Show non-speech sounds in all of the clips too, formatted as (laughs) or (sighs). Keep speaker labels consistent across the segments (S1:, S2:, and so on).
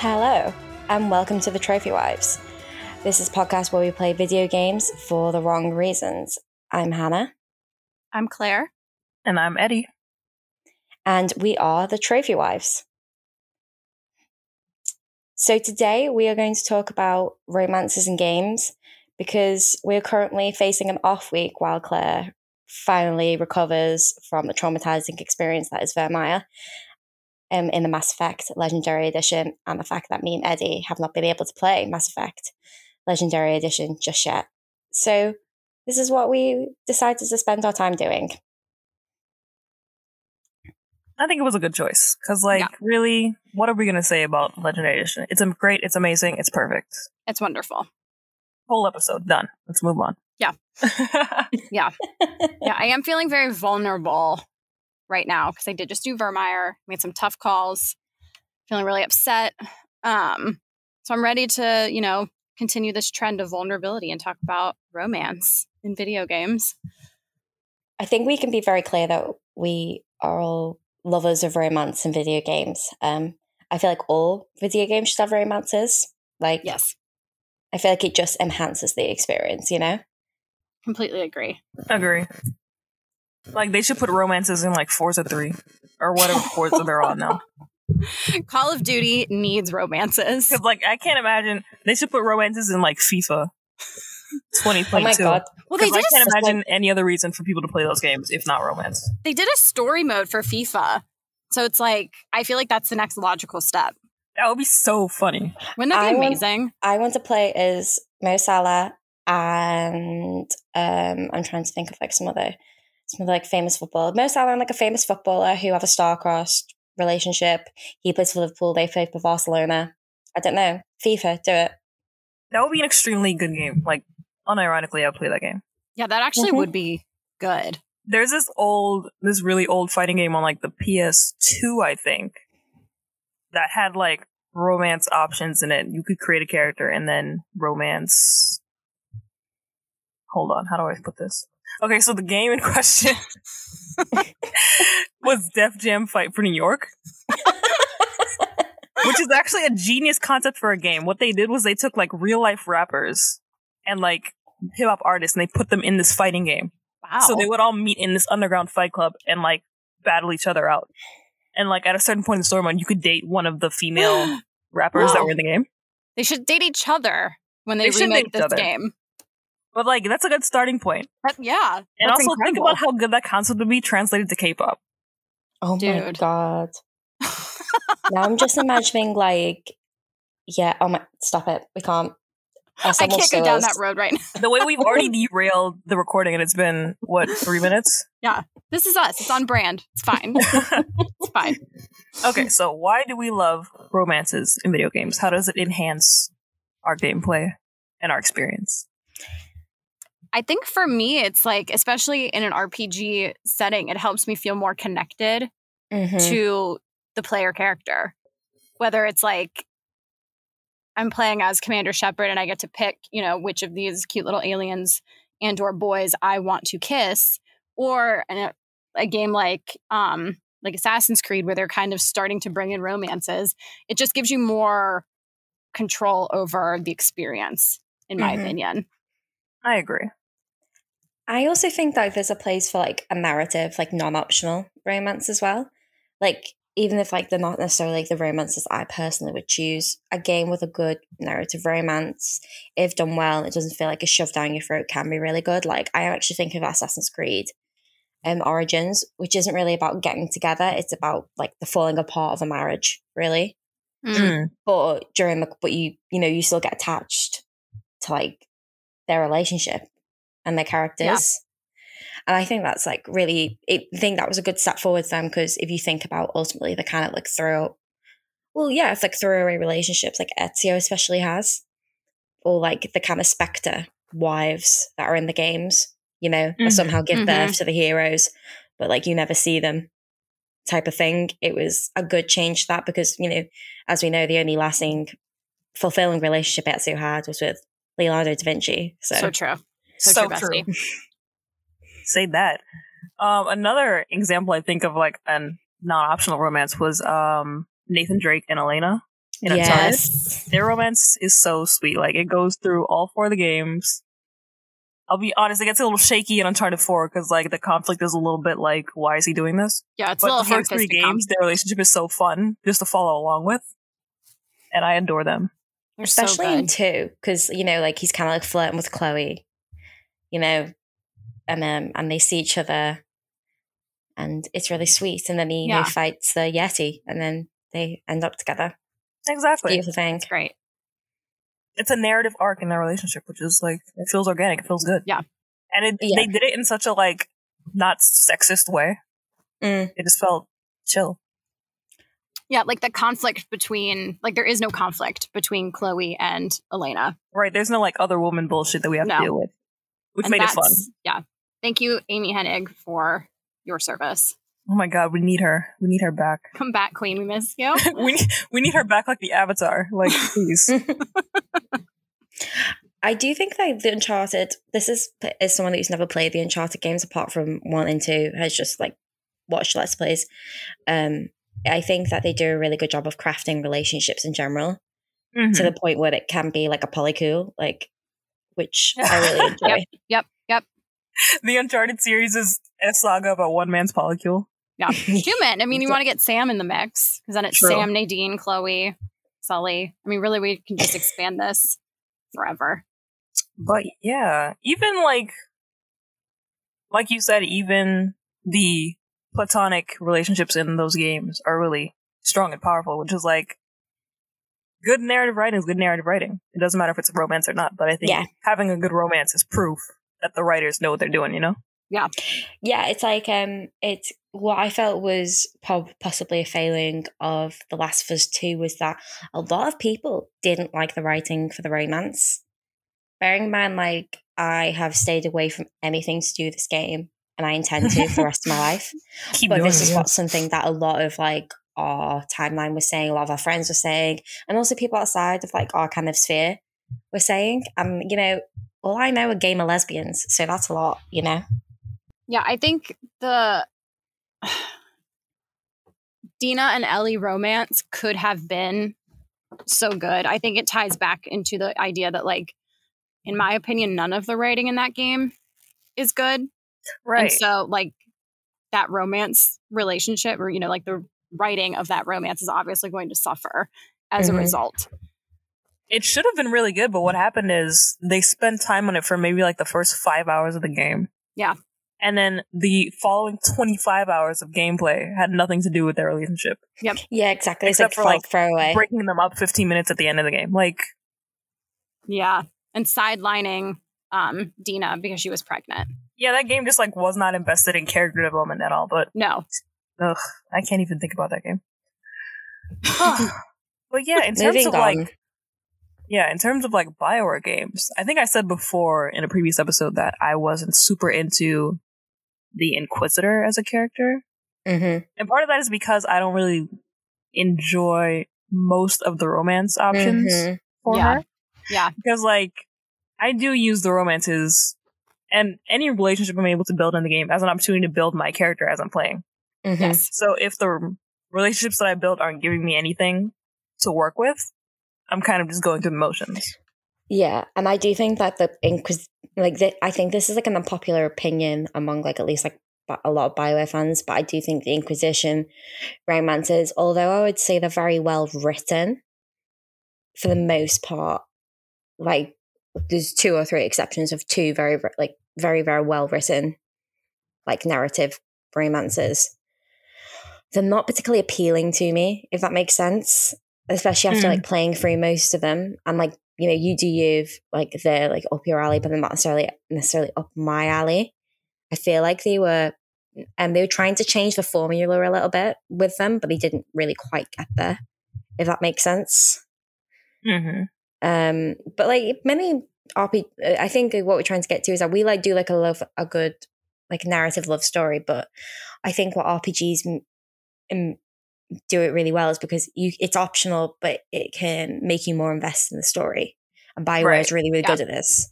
S1: Hello, and welcome to the Trophy Wives. This is a podcast where we play video games for the wrong reasons. I'm Hannah,
S2: I'm Claire.
S3: And I'm Eddie.
S1: and we are the Trophy Wives. So today we are going to talk about romances and games because we're currently facing an off week while Claire finally recovers from the traumatizing experience that is Vermeer um, in the Mass Effect Legendary Edition and the fact that me and Eddie have not been able to play Mass Effect Legendary Edition just yet. So this is what we decided to spend our time doing. (laughs)
S3: I think it was a good choice because, like,
S2: Yeah.
S3: really, what are we gonna say about Legendary Edition? It's am- great. It's amazing. It's perfect.
S2: It's wonderful.
S3: Whole episode done. Let's move on.
S2: Yeah. Yeah, I am feeling very vulnerable right now because I did just do Vermeer, made some tough calls, feeling really upset. Um, so I'm ready to, you know, continue this trend of vulnerability and talk about romance in video games.
S1: I think we can be very clear that we are all lovers of romance and video games. Um, I feel like all video games should have romances. Like,
S2: Yes,
S1: I feel like it just enhances the experience, you know?
S2: completely agree.
S3: (laughs) Agree. Like they should put romances in like Forza Three or whatever
S2: (laughs)
S3: Forza they're on now.
S2: Call of Duty needs romances.
S3: Because like I can't imagine they should put romances in like FIFA twenty
S1: Oh my
S3: twenty two.
S1: god,
S2: Well, they
S3: Because
S2: did,
S3: I
S2: a,
S3: can't imagine any other reason for people to play those games if not romance.
S2: they did a story mode for FIFA. So it's like, I feel like that's the next logical step.
S3: That would be so funny.
S2: Wouldn't that
S1: I
S2: be
S1: want-
S2: amazing?
S1: I want to play as Mo Salah and um, I'm trying to think of like some other some other like famous footballer. Mo Salah and like a famous footballer who have a star-crossed relationship. He plays for Liverpool, they play for Barcelona. I don't know. FIFA, do it.
S3: That would be an extremely good game. Like unironically, I would play that game.
S2: Yeah, that actually
S3: Mm-hmm.
S1: Mhm.
S2: would be good.
S3: there's this old this really old fighting game on like the PS2 I think that had like romance options in it. You could create a character and then romance Hold on, how do I put this? Okay, so the game in (laughs) question was Def Jam Fight for New York. (laughs) Which is actually a genius concept for a game. What they did was they took like real life rappers and like hip hop artists and they put them in this fighting game.
S2: Wow.
S3: So they would all meet in this underground fight club and like battle each other out. And like at a certain point in the storyline, you could date one of the female
S2: (gasps)
S3: rappers that
S2: Wow.
S3: were in the game.
S2: They should date each other when they,
S3: They should
S2: remake
S3: date each
S2: this
S3: other.
S2: game.
S3: But like that's a good starting point.
S2: That- yeah. (laughs)
S3: And
S2: that's
S3: also
S2: incredible.
S3: think about how good that concept would be translated to K-pop.
S1: Oh my
S2: Dude.
S1: god. now I'm just imagining like, yeah. Oh my, stop it. We can't. Uh,
S2: I
S1: someone
S2: can't go
S1: sue
S2: down
S1: us.
S2: that road right now. (laughs)
S3: The way we've already derailed the recording, and it's been what three minutes.
S2: This is us. It's on brand. It's fine. it's
S3: (laughs)
S2: fine.
S3: okay, so why do we love romances in video games? How does it enhance our gameplay and our experience?
S2: I think for me, it's like, especially in an RPG setting, it helps me feel more connected
S1: Mhm.
S2: to the player character. Whether it's like I'm playing as Commander Shepard and I get to pick, you know, which of these cute little aliens and or boys I want to kiss, or in a, a game like um like Assassin's Creed where they're kind of starting to bring in romances, it just gives you more control over the experience in my
S1: Mhm.
S2: opinion.
S3: I agree.
S1: I also think that there's a place for like a narrative, like non-optional romance as well. Like even if like they're not necessarily like the romances I personally would choose, a game with a good narrative romance, if done well, and it doesn't feel like a shove down your throat, can be really good. Like I am actually thinking of Assassin's Creed. Um, origins, which isn't really about getting together, it's about like the falling apart of a marriage, really.
S2: Hmm.
S1: but during the but you you know you still get attached to like their relationship and their characters and i think that's like really it, i think that was a good step forward for them because if you think about ultimately the kind of like throw well yeah it's like throwaway relationships like ezio especially has or like the kind of spectre wives that are in the games you know
S3: Mhm.
S1: that somehow give
S2: Mhm.
S1: birth to the heroes but like you never see them type of thing it was a good change to that because you know as we know, the only lasting, fulfilling relationship Ezio had was with Leonardo da Vinci. So,
S2: So true. So, true, Bestie.
S3: (laughs) Say that. Um, another example I think of like an non-optional romance was um, Nathan Drake and Elena. And I'm sorry.
S1: yes.
S3: Their romance is so sweet. Like it goes through all four of the games. I'll be honest, it gets a little shaky in Uncharted 4 because like the conflict is a little bit like, why is he doing this?
S2: Yeah, it's a
S3: but
S2: little
S3: the first three
S2: ham-fisted comp.
S3: games, their relationship is so fun just to follow along with, and I adore them.
S2: They're so
S1: Especially in
S2: good.
S1: two, because you know, like he's kind of like flirting with Chloe, you know, and um, and they see each other, and it's really sweet. And then he you know,
S2: Yeah.
S1: fights the yeti, and then they end up together.
S3: Exactly,
S1: Beautiful thing.
S2: It's great.
S3: it's a narrative arc in their relationship, which is like it feels organic, it feels good.
S2: Yeah.
S3: and it,
S1: Yeah.
S3: they did it in such a like not sexist way.
S1: Mm.
S3: It just felt chill.
S2: Yeah, like the conflict between like there is no conflict between Chloe and Elena.
S3: Right? There's no like other woman bullshit that we have
S2: No.
S3: to deal with, which
S2: and
S3: made it fun.
S2: that's- Yeah. Thank you, Amy Hennig, for your service.
S3: Oh my god, we need her. We need her back. (laughs)
S2: Come back, Queen. We miss you.
S3: we need, we need her back like the Avatar.
S1: (laughs)
S3: Like please.
S1: I do think like the Uncharted. This is is someone who's never played the Uncharted games apart from one and two. Has just like watched Let's Plays. Um, I think that they do a really good job of crafting relationships in general to
S3: Mhm.
S1: the point where it can be like a polycool, like which I really enjoy.
S2: yep, yep.
S3: (laughs) The Uncharted series is a saga about one man's polycule.
S2: Human. I mean, you want to get Sam in the mix because then it's
S3: True.
S2: Sam, Nadine, Chloe, Sully. I mean, really, we can just expand this forever.
S3: But yeah, even like, like you said, even the platonic relationships in those games are really strong and powerful, which is like good narrative writing is good narrative writing. It doesn't matter if it's a romance or not, but I think
S1: Yeah.
S3: having a good romance is proof that the writers know what they're doing, you know?
S1: yeah, it's like um, it's what I felt was prob- possibly a failing of The Last of Us Two was that a lot of people didn't like the writing for the romance. Bearing in mind, like I have stayed away from anything to do with this game, and I intend to for the
S3: (laughs)
S1: rest of my life.
S3: Keep
S1: But
S3: doing
S1: this
S3: it,
S1: is
S3: yeah.
S1: what something that a lot of like our timeline was saying, a lot of our friends were saying, and also people outside of like our kind of sphere were saying. Um, you know, all I know are gay are lesbians, so that's a lot, you know.
S2: Yeah, I think the Dina and Ellie romance could have been so good. I think it ties back into the idea that, like, in my opinion, none of the writing in that game is good.
S3: right.
S2: And so, like, that romance relationship, or, you know, like the writing of that romance is obviously going to suffer as
S3: Mm-hmm.
S1: Mhm.
S2: a result.
S3: It should have been really good, but what happened is they spent time on it for maybe like the first five hours of the game.
S2: Yeah.
S3: And then the following 25 hours of gameplay had nothing to do with their relationship,
S1: Yeah, exactly.
S3: Except
S1: it's
S3: for,
S1: like,
S3: like,
S1: throwaway.
S3: breaking them up 15 minutes at the end of the game. Like,
S2: Yeah. And sidelining um, Dina because she was pregnant.
S3: yeah, that game just like was not invested in character development at all, but (gasps)
S2: No.
S3: I can't even think about
S1: (sighs)
S3: that game. but yeah, in terms
S1: Moving
S3: of
S1: on.
S3: like Yeah, in terms of like Bioware games, I think I said before in a previous episode that I wasn't super into the Inquisitor as a character.
S1: Mhm.
S3: And part of that is because I don't really enjoy most of the romance options
S1: Mhm.
S3: for
S2: Yeah.
S3: her.
S2: Yeah.
S3: Because like I do use the romances and any relationship I'm able to build in the game as an opportunity to build my character as I'm playing.
S1: Mhm.
S2: Yes.
S3: So if the relationships that I built aren't giving me anything to work with, I'm kind of just going through the motions.
S1: Yeah, and I do think that the inquis like the, I think this is like an unpopular opinion among like at least like bi- a lot of Bioware fans, but I do think the Inquisition romances, although I would say they're very well written for the most part, like there's two or three exceptions of two very ver- like very very well written like narrative romances. They're not particularly appealing to me, if that makes sense. Especially after
S3: Mm.
S1: like playing through most of them, and like you know, you do you like they're like up your alley, but they're not necessarily necessarily up my alley. I feel like they were and they were trying to change the formula a little bit with them, but they didn't really quite get there, if that makes sense.
S3: Mm-hmm.
S1: Um, but like many RP, I think uh, what we're trying to get to is that we like do like a love, a good like narrative love story, but I think what RPGs m- m- do it really well is because you it's optional, but it can make you more invested in the story. And Bioware is
S3: Right.
S1: really really
S2: Yeah.
S1: good at this.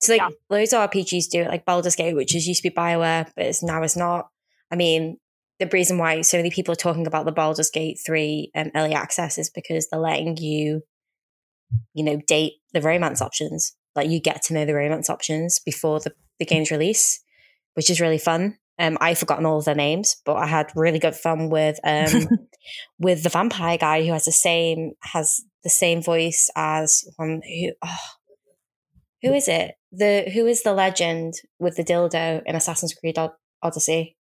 S1: So like
S2: Yeah.
S1: loads of RPGs do it, like Baldur's Gate, which is used to be Bioware, but it's now it's not. I mean, the reason why so many people are talking about the Baldur's Gate 3 um, early access is because they're letting you, you know, date the romance options. Like you get to know the romance options before the, the game's release, which is really fun. Um, I've forgotten all of their names, but I had really good fun with um, with the vampire guy who has the same has the same voice as one who oh, who is it? The who is the legend with the dildo in Assassin's Creed Od- Odyssey?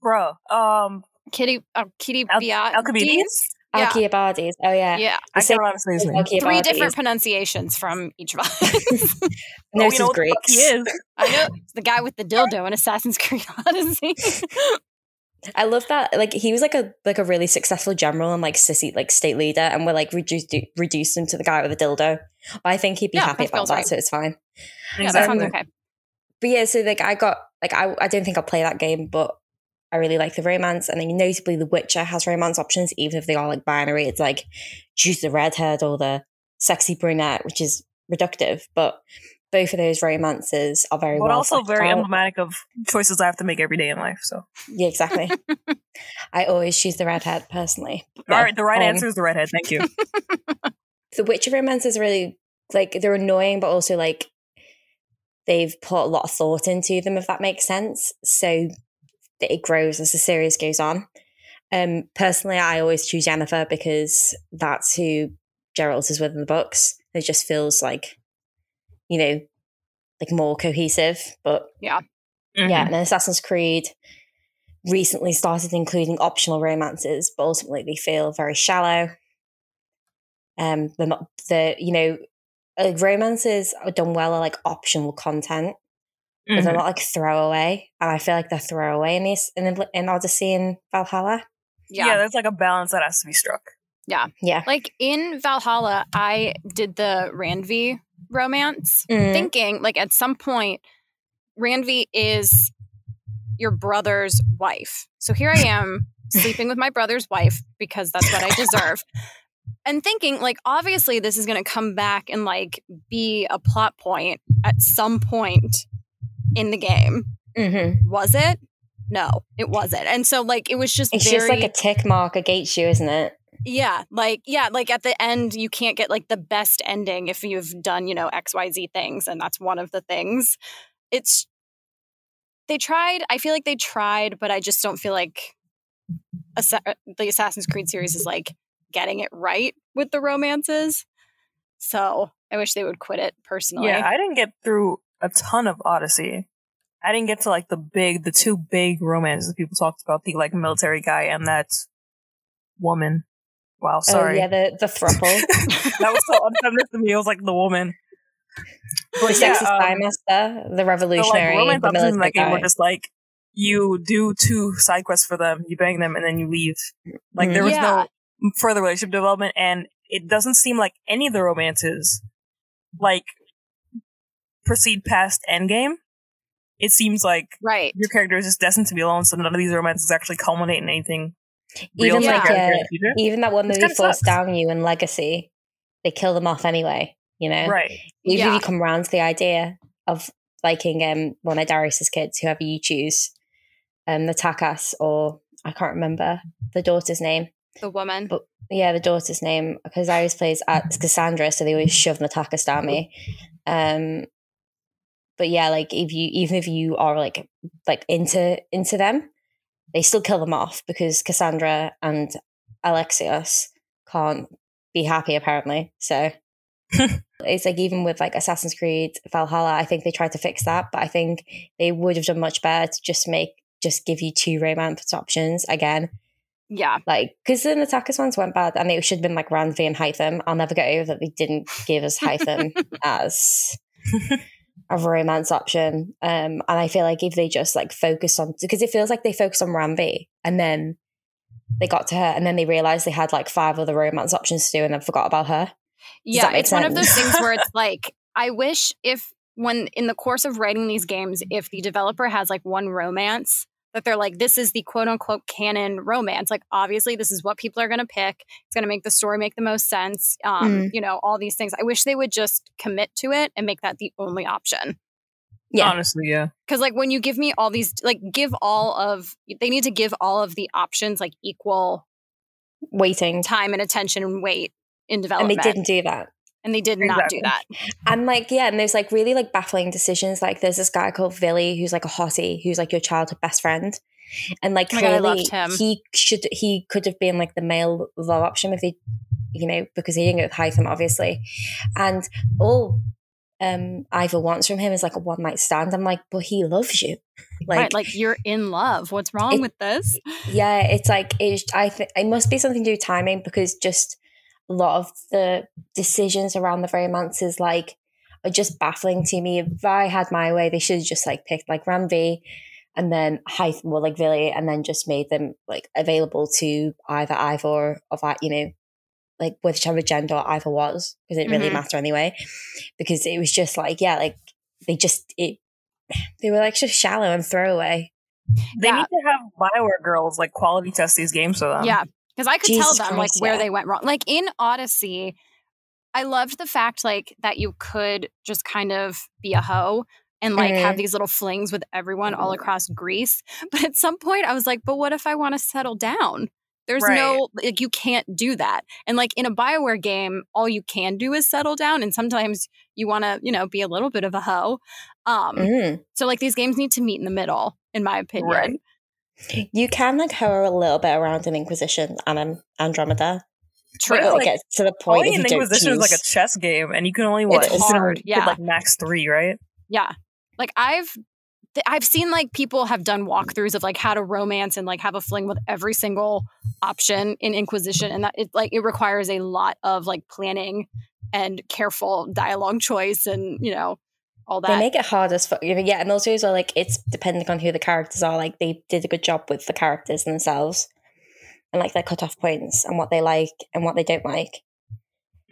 S3: Bro, um,
S2: Kitty, uh, Kitty
S3: Al-
S2: Biot.
S3: Alcibiades?
S2: Yeah.
S1: Alcibiades. Oh yeah.
S2: Yeah.
S3: I
S1: same
S3: can't remember his name.
S1: Alcibiades.
S2: Three different pronunciations from each of us.
S1: No,
S3: Oh,
S1: this
S3: we
S1: is
S3: know what the fuck
S1: Greeks.
S3: he is.
S2: I know it's the guy with the dildo in Assassin's Creed Odyssey. (laughs)
S1: I love that. Like he was like a like a really successful general and like sissy like state leader, and we're like reduced reduced him to the guy with a dildo. But I think he'd be
S2: Yeah,
S1: happy
S2: that
S1: about
S2: feels
S1: that,
S2: right.
S1: so it's fine.
S2: Yeah, that sounds
S1: Exactly.
S2: okay.
S1: But yeah, so like I got like I I don't think I'll play that game, but I really like the romance, and then notably The Witcher has romance options, even if they are like binary. It's like choose the redhead or the sexy brunette, which is reductive, but both of those romances are very
S3: But
S1: well
S3: also
S1: fleshed
S3: very
S1: out.
S3: emblematic of choices I have to make every day in life. So,
S1: Yeah,
S3: (laughs)
S1: exactly. I always choose the redhead personally.
S3: all right, the right
S1: um,
S3: answer is the redhead. Thank you.
S1: The Witcher romances are really like they're annoying, but also like they've put a lot of thought into them, if that makes sense. So that it grows as the series goes on. Um, personally, I always choose Jennifer because that's who Geralt is with in the books. It just feels like, you know, like more cohesive. But (laughs) yeah,
S3: Mm-hmm.
S1: and then Assassin's Creed recently started including optional romances, but ultimately they feel very shallow. Um, they're not the you know, like romances are done well are like optional content, but they're
S3: Mhm.
S1: not like throwaway. And I feel like they're throwaway in this in, the- in Odyssey and Valhalla.
S2: Yeah.
S3: yeah, there's like a balance that has to be struck.
S1: Yeah,
S2: Like in Valhalla, I did the Ranvi romance,
S3: Mm-hmm.
S1: Mm,
S2: thinking like at some point, Ranvi is your brother's wife. So here
S1: (laughs)
S2: I am sleeping with my brother's wife because that's what I deserve. And thinking like obviously this is going to come back and like be a plot point at some point in the game.
S1: mhm.
S2: Was it? No, it wasn't. And so like it was just
S1: It's
S2: very
S1: just like a tick mark against you, isn't it?
S2: yeah, like yeah, like at the end you can't get like the best ending if you've done, you know, XYZ things and that's one of the things. It's they tried, I feel like they tried, but I just don't feel like Assa- uh, the Assassin's Creed series is like getting it right with the romances. So, I wish they would quit it personally.
S3: Yeah, I didn't get through a ton of Odyssey. I didn't get to like the big, the two big romances that people talked about the like military guy and that woman. Wow, sorry.
S1: Oh yeah, the the thruple,
S3: (laughs) that was so unfeminist to me. It was like the woman.
S1: the
S3: yeah,
S1: sexy
S3: um,
S1: spy master, the
S3: The like
S1: revolutionary,
S3: romance
S1: the
S3: options in
S1: military
S3: that game were
S1: guy.
S3: just like you do two side quests for them, you bang them, and then you leave.
S1: Mm.
S3: Like there was
S2: Yeah.
S3: no further relationship development, and it doesn't seem like any of the romances like proceed past endgame. It seems like
S2: Right.
S3: your character is just destined to be alone, so none of these romances actually culminate in anything real
S1: Even
S3: for
S2: Yeah.
S3: your
S1: like
S3: character
S1: uh,
S3: in the future.
S1: even that one
S3: Which
S1: that they
S3: kinda
S1: forced
S3: sucks.
S1: down you in Legacy, they kill them off anyway. You know,
S3: Right.
S1: even
S2: Yeah.
S1: if you come around to the idea of liking um, one of Darius's kids, whoever you choose, um, the Takas or I can't remember the daughter's name.
S2: The woman.
S1: But- Yeah, the daughter's name because I always plays at Cassandra, so they always shove the Takas down me. Um, but yeah, like if you even if you are like like into into them, they still kill them off because Cassandra and Alexios can't be happy apparently. So it's like even with like Assassin's Creed Valhalla, I think they tried to fix that, but I think they would have done much better to just make just give you two romance options again.
S2: Yeah.
S1: Like because then the Takas ones went bad and it should have been like Ranvi and Hytham. I'll never get over that they didn't give us Hytham as a romance option. Um, and I feel like if they just like focused on because it feels like they focused on Rambi and then they got to her and then they realized they had like five other romance options to do and then forgot about her.
S2: Yeah,
S1: that make
S2: it's one of those
S3: sense?
S2: things
S1: (laughs)
S2: where it's like, I wish if when in the course of writing these games, if the developer has like one romance that they're like, this is the quote unquote canon romance. Like, obviously, this is what people are going to pick. It's going to make the story make the most sense.
S1: Mm.
S2: Um, You know, all these things. I wish they would just commit to it and make that the only option.
S1: Yeah.
S3: Honestly, yeah.
S2: Because like when you give me all these, like give all of they need to give all of the options like equal
S1: waiting.
S2: time and attention and weight in
S1: And
S2: development,
S1: they didn't do that.
S2: and they did not do
S3: Exactly.
S2: that.
S1: And like, yeah, and there's like really like baffling decisions. Like there's this guy called Villy who's like a hottie, who's like your childhood best friend. And like
S2: Oh my God, I
S1: clearly
S2: loved him.
S1: he should he could have been like the male love option if he you know, because he didn't go with Hytham, obviously. And all um Ivor wants from him is like a one night stand. I'm like, but he loves you. Like,
S2: right, like you're in love. What's wrong
S1: It-
S2: with this?
S1: yeah, it's like it's, I think it must be something to do with timing because just a lot of the decisions around the romances like are just baffling to me. If I had my way, they should have just like picked like Ramvi and then Hythe well like Villy and then just made them like available to either Ivor of that, you know, like whichever gender Ivor was, because it didn't really
S2: Mhm.
S1: matter anyway. Because it was just like, yeah, like they just it they were like just shallow and throwaway.
S3: They
S2: Yeah.
S3: need to have Bioware girls like quality test these games for them.
S2: Yeah, because I could
S1: Jesus
S2: tell them
S1: Christ,
S2: like where
S1: yeah.
S2: they went wrong. Like in Odyssey, I loved the fact like that you could just kind of be a hoe and like
S1: Mm-hmm.
S2: have these little flings with everyone all across Greece. (laughs) But at some point, I was like, but what if I want to settle down? There's no like you can't do that. And like in a Bioware game, all you can do is settle down, and sometimes you want to you know be a little bit of a hoe. Um,
S1: Mm.
S2: So like these games need to meet in the middle, in my opinion.
S3: Right.
S1: You can like hover a little bit around in Inquisition and um, Andromeda.
S2: True.
S1: But
S3: Like,
S1: it gets to the point
S3: Only
S1: if
S3: in
S1: you don't
S3: Inquisition is like a
S1: choose.
S3: chess game, and you can only what?
S2: It's
S3: you can-
S2: hard,
S3: you could,
S2: yeah.
S3: like max three, right?
S2: Yeah. Like I've th- I've seen like people have done walkthroughs of like how to romance and like have a fling with every single option in Inquisition and that it like it requires a lot of like planning and careful dialogue choice and you know all
S1: They
S2: that.
S1: make it hard as fuck. Yeah, and also as well, like it's depending on who the characters are. Like they did a good job with the characters themselves and like their cutoff points and what they like and what they don't like.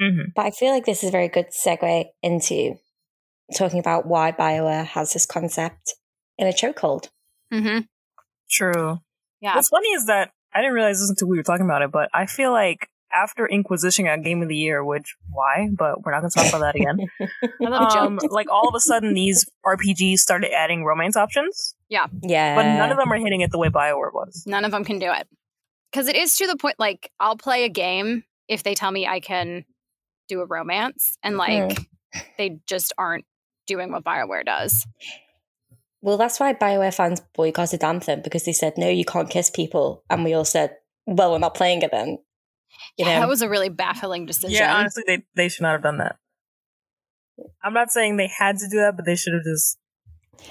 S3: Mm-hmm.
S1: But I feel like this is a very good segue into talking about why Bioware has this concept in a
S3: (laughs)
S1: chokehold.
S2: mm-hmm.
S3: True.
S2: Yeah.
S3: What's funny is that I didn't realize this until we were talking about it, but I feel like after Inquisition got Game of the Year, which why? But we're not going to talk about
S2: (laughs)
S3: that again.
S2: I love a
S3: um,
S2: joke.
S3: like all of a sudden, these RPGs started adding romance options,
S1: Yeah.
S3: but none of them are hitting it the way Bioware was.
S2: None of them can do it. Cuz it is to the point like I'll play a game if they tell me I can do a romance and like they just aren't doing what BioWare does.
S1: Well, that's why Bioware fans boycotted Anthem because they said, no, you can't kiss people. And we all said, well, we're not playing it then. You know?
S2: That was a really baffling decision.
S3: Yeah, honestly, they they should not have done that. I'm not saying they had to do that, but they should have just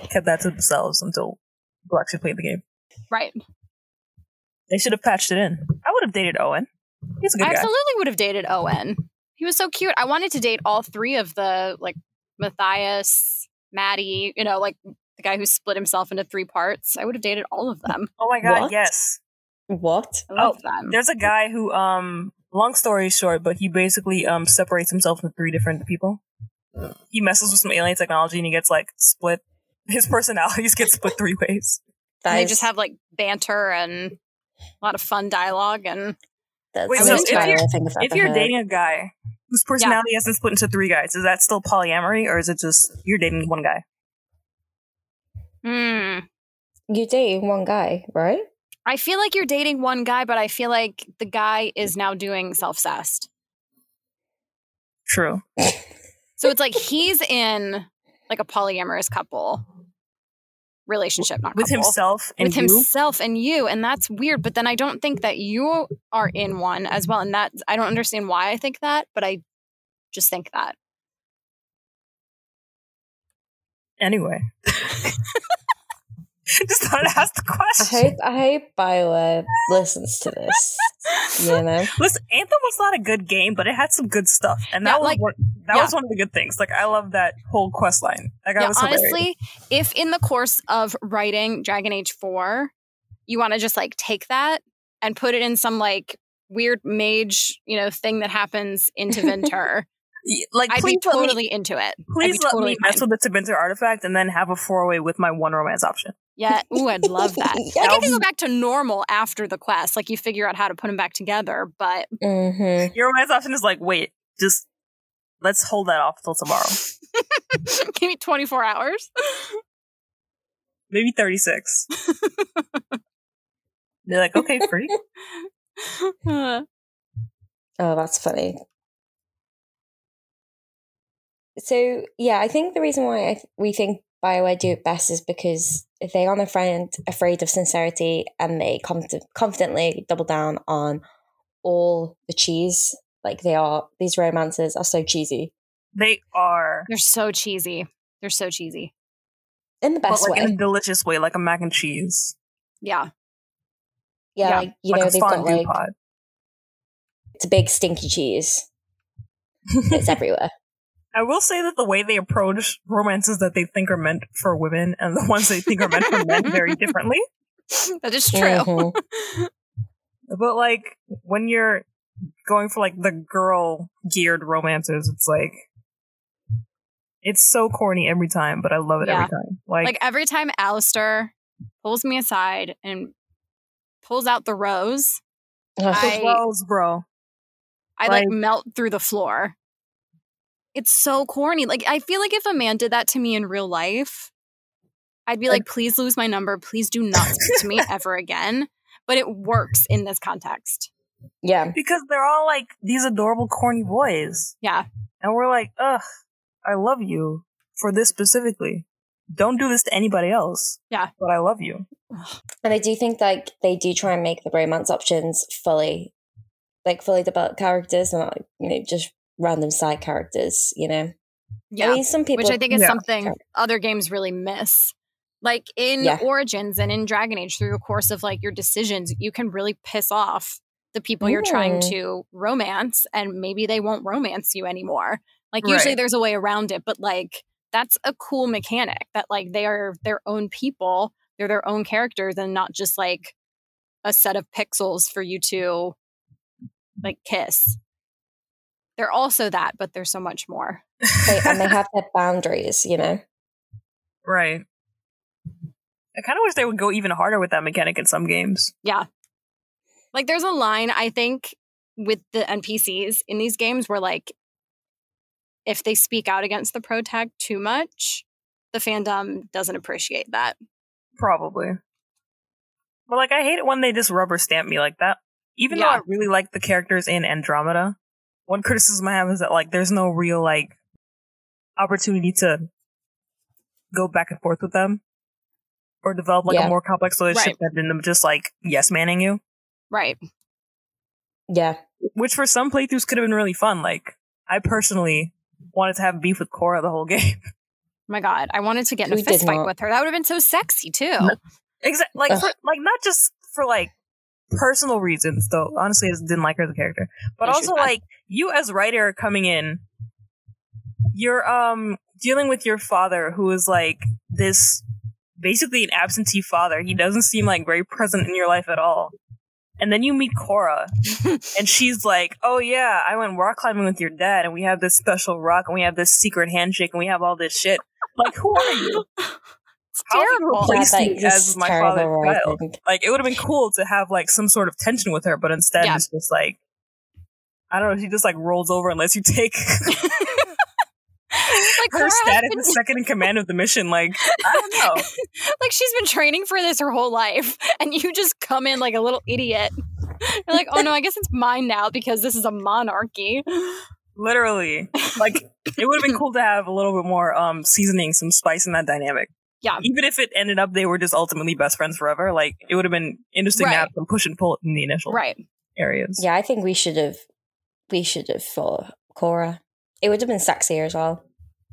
S3: kept that to themselves until people actually played the game.
S2: Right.
S3: They should have patched it in. I would have dated Owen. He's a good
S2: I
S3: guy.
S2: absolutely would have dated Owen. He was so cute. I wanted to date all three of the like Matthias, Maddie, you know, like the guy who split himself into three parts. I would have dated all of them.
S3: oh my god,
S1: What?
S3: yes.
S1: what?
S3: Oh,
S2: I love them.
S3: There's a guy who, um, long story short, but he basically um separates himself into three different people. He messes with some alien technology and he gets like split. His personalities get split three ways.
S1: That
S2: And they
S1: is-
S2: just have like banter and a lot of fun dialogue and
S1: that's
S3: Wait,
S1: the
S2: so
S1: most
S2: if
S1: Bioware
S3: you're-
S1: thing I've
S3: if
S1: ever
S3: you're
S1: heard.
S3: dating a guy whose personality has been split into three guys, is that still polyamory or is it just you're dating one guy?
S2: Mm.
S1: you're dating one guy, right?
S2: I feel like you're dating one guy, but I feel like the guy is now doing self cest.
S3: True.
S2: So it's
S3: (laughs)
S2: like he's in like a polyamorous couple relationship, not
S3: With
S2: couple.
S3: himself and
S2: with
S3: you.
S2: himself and you and that's weird but then i don't think that you are in one as well and that i don't understand why i think that but i just think
S3: (laughs)
S2: that
S3: Anyway. (laughs) just thought I'd ask the
S1: I
S3: question.
S1: hope I hope Bioware listens to this. You know?
S3: Listen, Anthem was not a good game, but it had some good stuff, and that
S2: Yeah,
S3: was
S2: like-
S3: one, that
S2: yeah.
S3: was one of the good things. Like I love that whole quest line. Like I
S2: yeah
S3: was hilarious.
S2: honestly if in the course of writing dragon age 4 you want to just like take that and put it in some like weird mage you know thing that happens into
S3: (laughs)
S2: Ventur,
S3: Y- like
S2: i'd
S3: please
S2: be
S3: let me,
S2: totally into it I'd
S3: please
S2: be
S3: let
S2: totally
S3: me mess
S2: fine.
S3: with the Tabinter artifact and then have a four way with my one romance option.
S2: yeah ooh i'd
S3: (laughs)
S2: love that
S1: Yeah.
S2: like i can go back to normal after the quest like you figure out how to put them back together but
S1: hmm
S3: Your romance option is like wait, just Let's hold that off till tomorrow.
S2: (laughs) Give me 24 hours.
S3: Maybe 36. They're like, okay, free.
S2: (laughs) Uh,
S1: Oh, that's funny. So yeah, I think the reason why I th- we think Bioware do it best is because they aren't afraid afraid of sincerity, and they conf- confidently double down on all the cheese. Like they are, these romances are so cheesy
S3: They are,
S2: they're so cheesy. They're so cheesy.
S1: in the
S3: but
S1: best
S3: like
S1: way.
S3: in a delicious way, like a mac and cheese,
S2: Yeah. (laughs)
S1: yeah,
S2: yeah,
S1: like, you
S3: like
S1: know
S3: a
S1: they've got
S3: fondue
S1: like
S3: pot.
S1: it's a big stinky cheese.
S3: (laughs)
S1: it's everywhere.
S3: I will say that the way they approach romances that they think are meant for women and the ones they think are meant
S2: (laughs)
S3: for men very differently.
S2: that is true.
S3: Oh,
S1: Mhm.
S3: (laughs) But like when you're going for like the girl geared romances, it's like it's so corny every time, but I love it
S2: Yeah.
S3: every time. Like,
S2: Like every time Alistair pulls me aside and pulls out the rose,
S1: Ugh.
S2: I-
S3: the Wells, bro.
S2: I like,
S3: Like-
S2: melt through the floor. It's so corny. Like I feel like if a man did that to me in real life, I'd be like, please lose my number. Please do not speak
S3: (laughs)
S2: to me ever again. But it works in this context.
S1: (laughs) yeah,
S3: Because they're all like these adorable corny boys.
S2: Yeah.
S3: And we're like, ugh, I love you for this specifically. Don't do this to anybody else.
S2: Yeah.
S3: But I love you.
S1: And I do think like they do try and make the romance options fully, like fully developed characters and not like, you know just random side characters. You know,
S2: Yeah.
S1: I mean some people,
S2: Which I think is
S3: Yeah.
S2: something other games really miss. Like in
S1: Yeah.
S2: Origins and in Dragon Age, through the course of like your decisions, you can really piss off the people you're trying
S1: Mm.
S2: to romance, and maybe they won't romance you anymore. Like usually
S3: Right.
S2: there's a way around it, but like that's a cool mechanic that like they are their own people, they're their own characters, and not just like a set of pixels for you to like kiss. They're also that, but they're so much more.
S1: they, and
S2: (laughs)
S1: they have their boundaries. You know,
S3: right. I kind of wish they would go even harder with that mechanic in some games.
S2: Like there's a line I think with the NPCs in these games where like if they speak out against the pro tag too much, the fandom doesn't appreciate that.
S3: Probably. But like I hate it when they just rubber stamp me like that. Even though
S2: Yeah.
S3: I really like the characters in Andromeda, one criticism I have is that like there's no real like opportunity to go back and forth with them or develop like
S1: Yeah.
S3: a more complex relationship than them just like yes manning you.
S2: Right.
S1: yeah,
S3: Which for some playthroughs could have been really fun. Like I personally wanted to have beef with Korra the whole (laughs) game.
S2: my God. I wanted to get in a
S1: We did
S2: fist fight
S1: not.
S2: with her. That would have been so sexy
S3: (laughs)
S2: too.
S3: Exactly. Like,
S1: Ugh.
S3: for, like not just for like personal reasons, though. Honestly, I just didn't like her as a character, but
S2: Yeah, she's
S3: also
S2: bad.
S3: like you as writer coming in, you're um dealing with your father who is like this basically an absentee father. He doesn't seem like very present in your life at all. And then you meet Cora, and she's like, "Oh yeah, I went rock climbing with your dad, and we have this special rock, and we have this secret handshake, and we have all this shit." Like, who are you?
S2: (laughs) It's
S3: How do you
S2: terrible.
S3: replace-
S1: yeah
S3: Please
S1: like,
S3: do
S1: this
S3: as
S1: is
S3: my
S1: terrible
S3: father's
S1: writing.
S3: like it would have been cool to have like some sort of tension with her, but instead
S2: Yeah.
S3: it's just like I don't know. She just like rolls over and lets you take (laughs)
S2: like
S3: her
S2: Cora has
S3: status
S2: been,
S3: as second in command of the mission.
S2: (laughs)
S3: Like I don't know.
S2: like she's been training for this her whole life, (laughs) and you just come in like a little idiot. (laughs) You're like, oh no, I guess it's mine now because this is a monarchy.
S3: (laughs) Literally, like it would have been cool to have a little bit more um seasoning, some spice in that dynamic.
S2: Yeah.
S3: Even if it ended up they were just ultimately best friends forever, like it would have been interesting
S2: Right.
S3: to have some push and pull in the initial
S2: Right.
S3: areas.
S1: Yeah, I think we should have, we should have for Cora. It would have been sexier as well.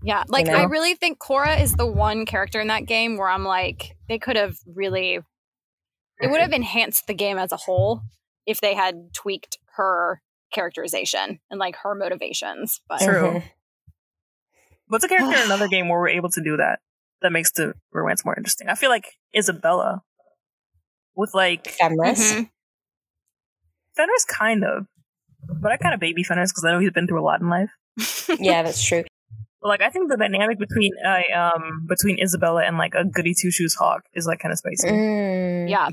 S2: Yeah, like
S1: know?
S2: I really think Cora is the one character in that game where I'm like, they could have really, it would have enhanced the game as a whole if they had tweaked her characterization and like her motivations. But
S1: (laughs)
S3: True.
S1: Mhm.
S3: What's a character
S2: (sighs)
S3: in another game where we're able to do that? That makes the romance more interesting. I feel like Isabella with like
S1: Femorous.
S2: Mhm.
S3: Fenris, kind of, but I kind of baby Fenris because I know he's been through a lot in life.
S2: Mm-hmm. (laughs)
S1: Yeah, that's true.
S3: But like, I think the dynamic between uh, um between Isabella and like a goody two shoes hawk is like kind of spicy.
S1: Mm.
S2: yeah,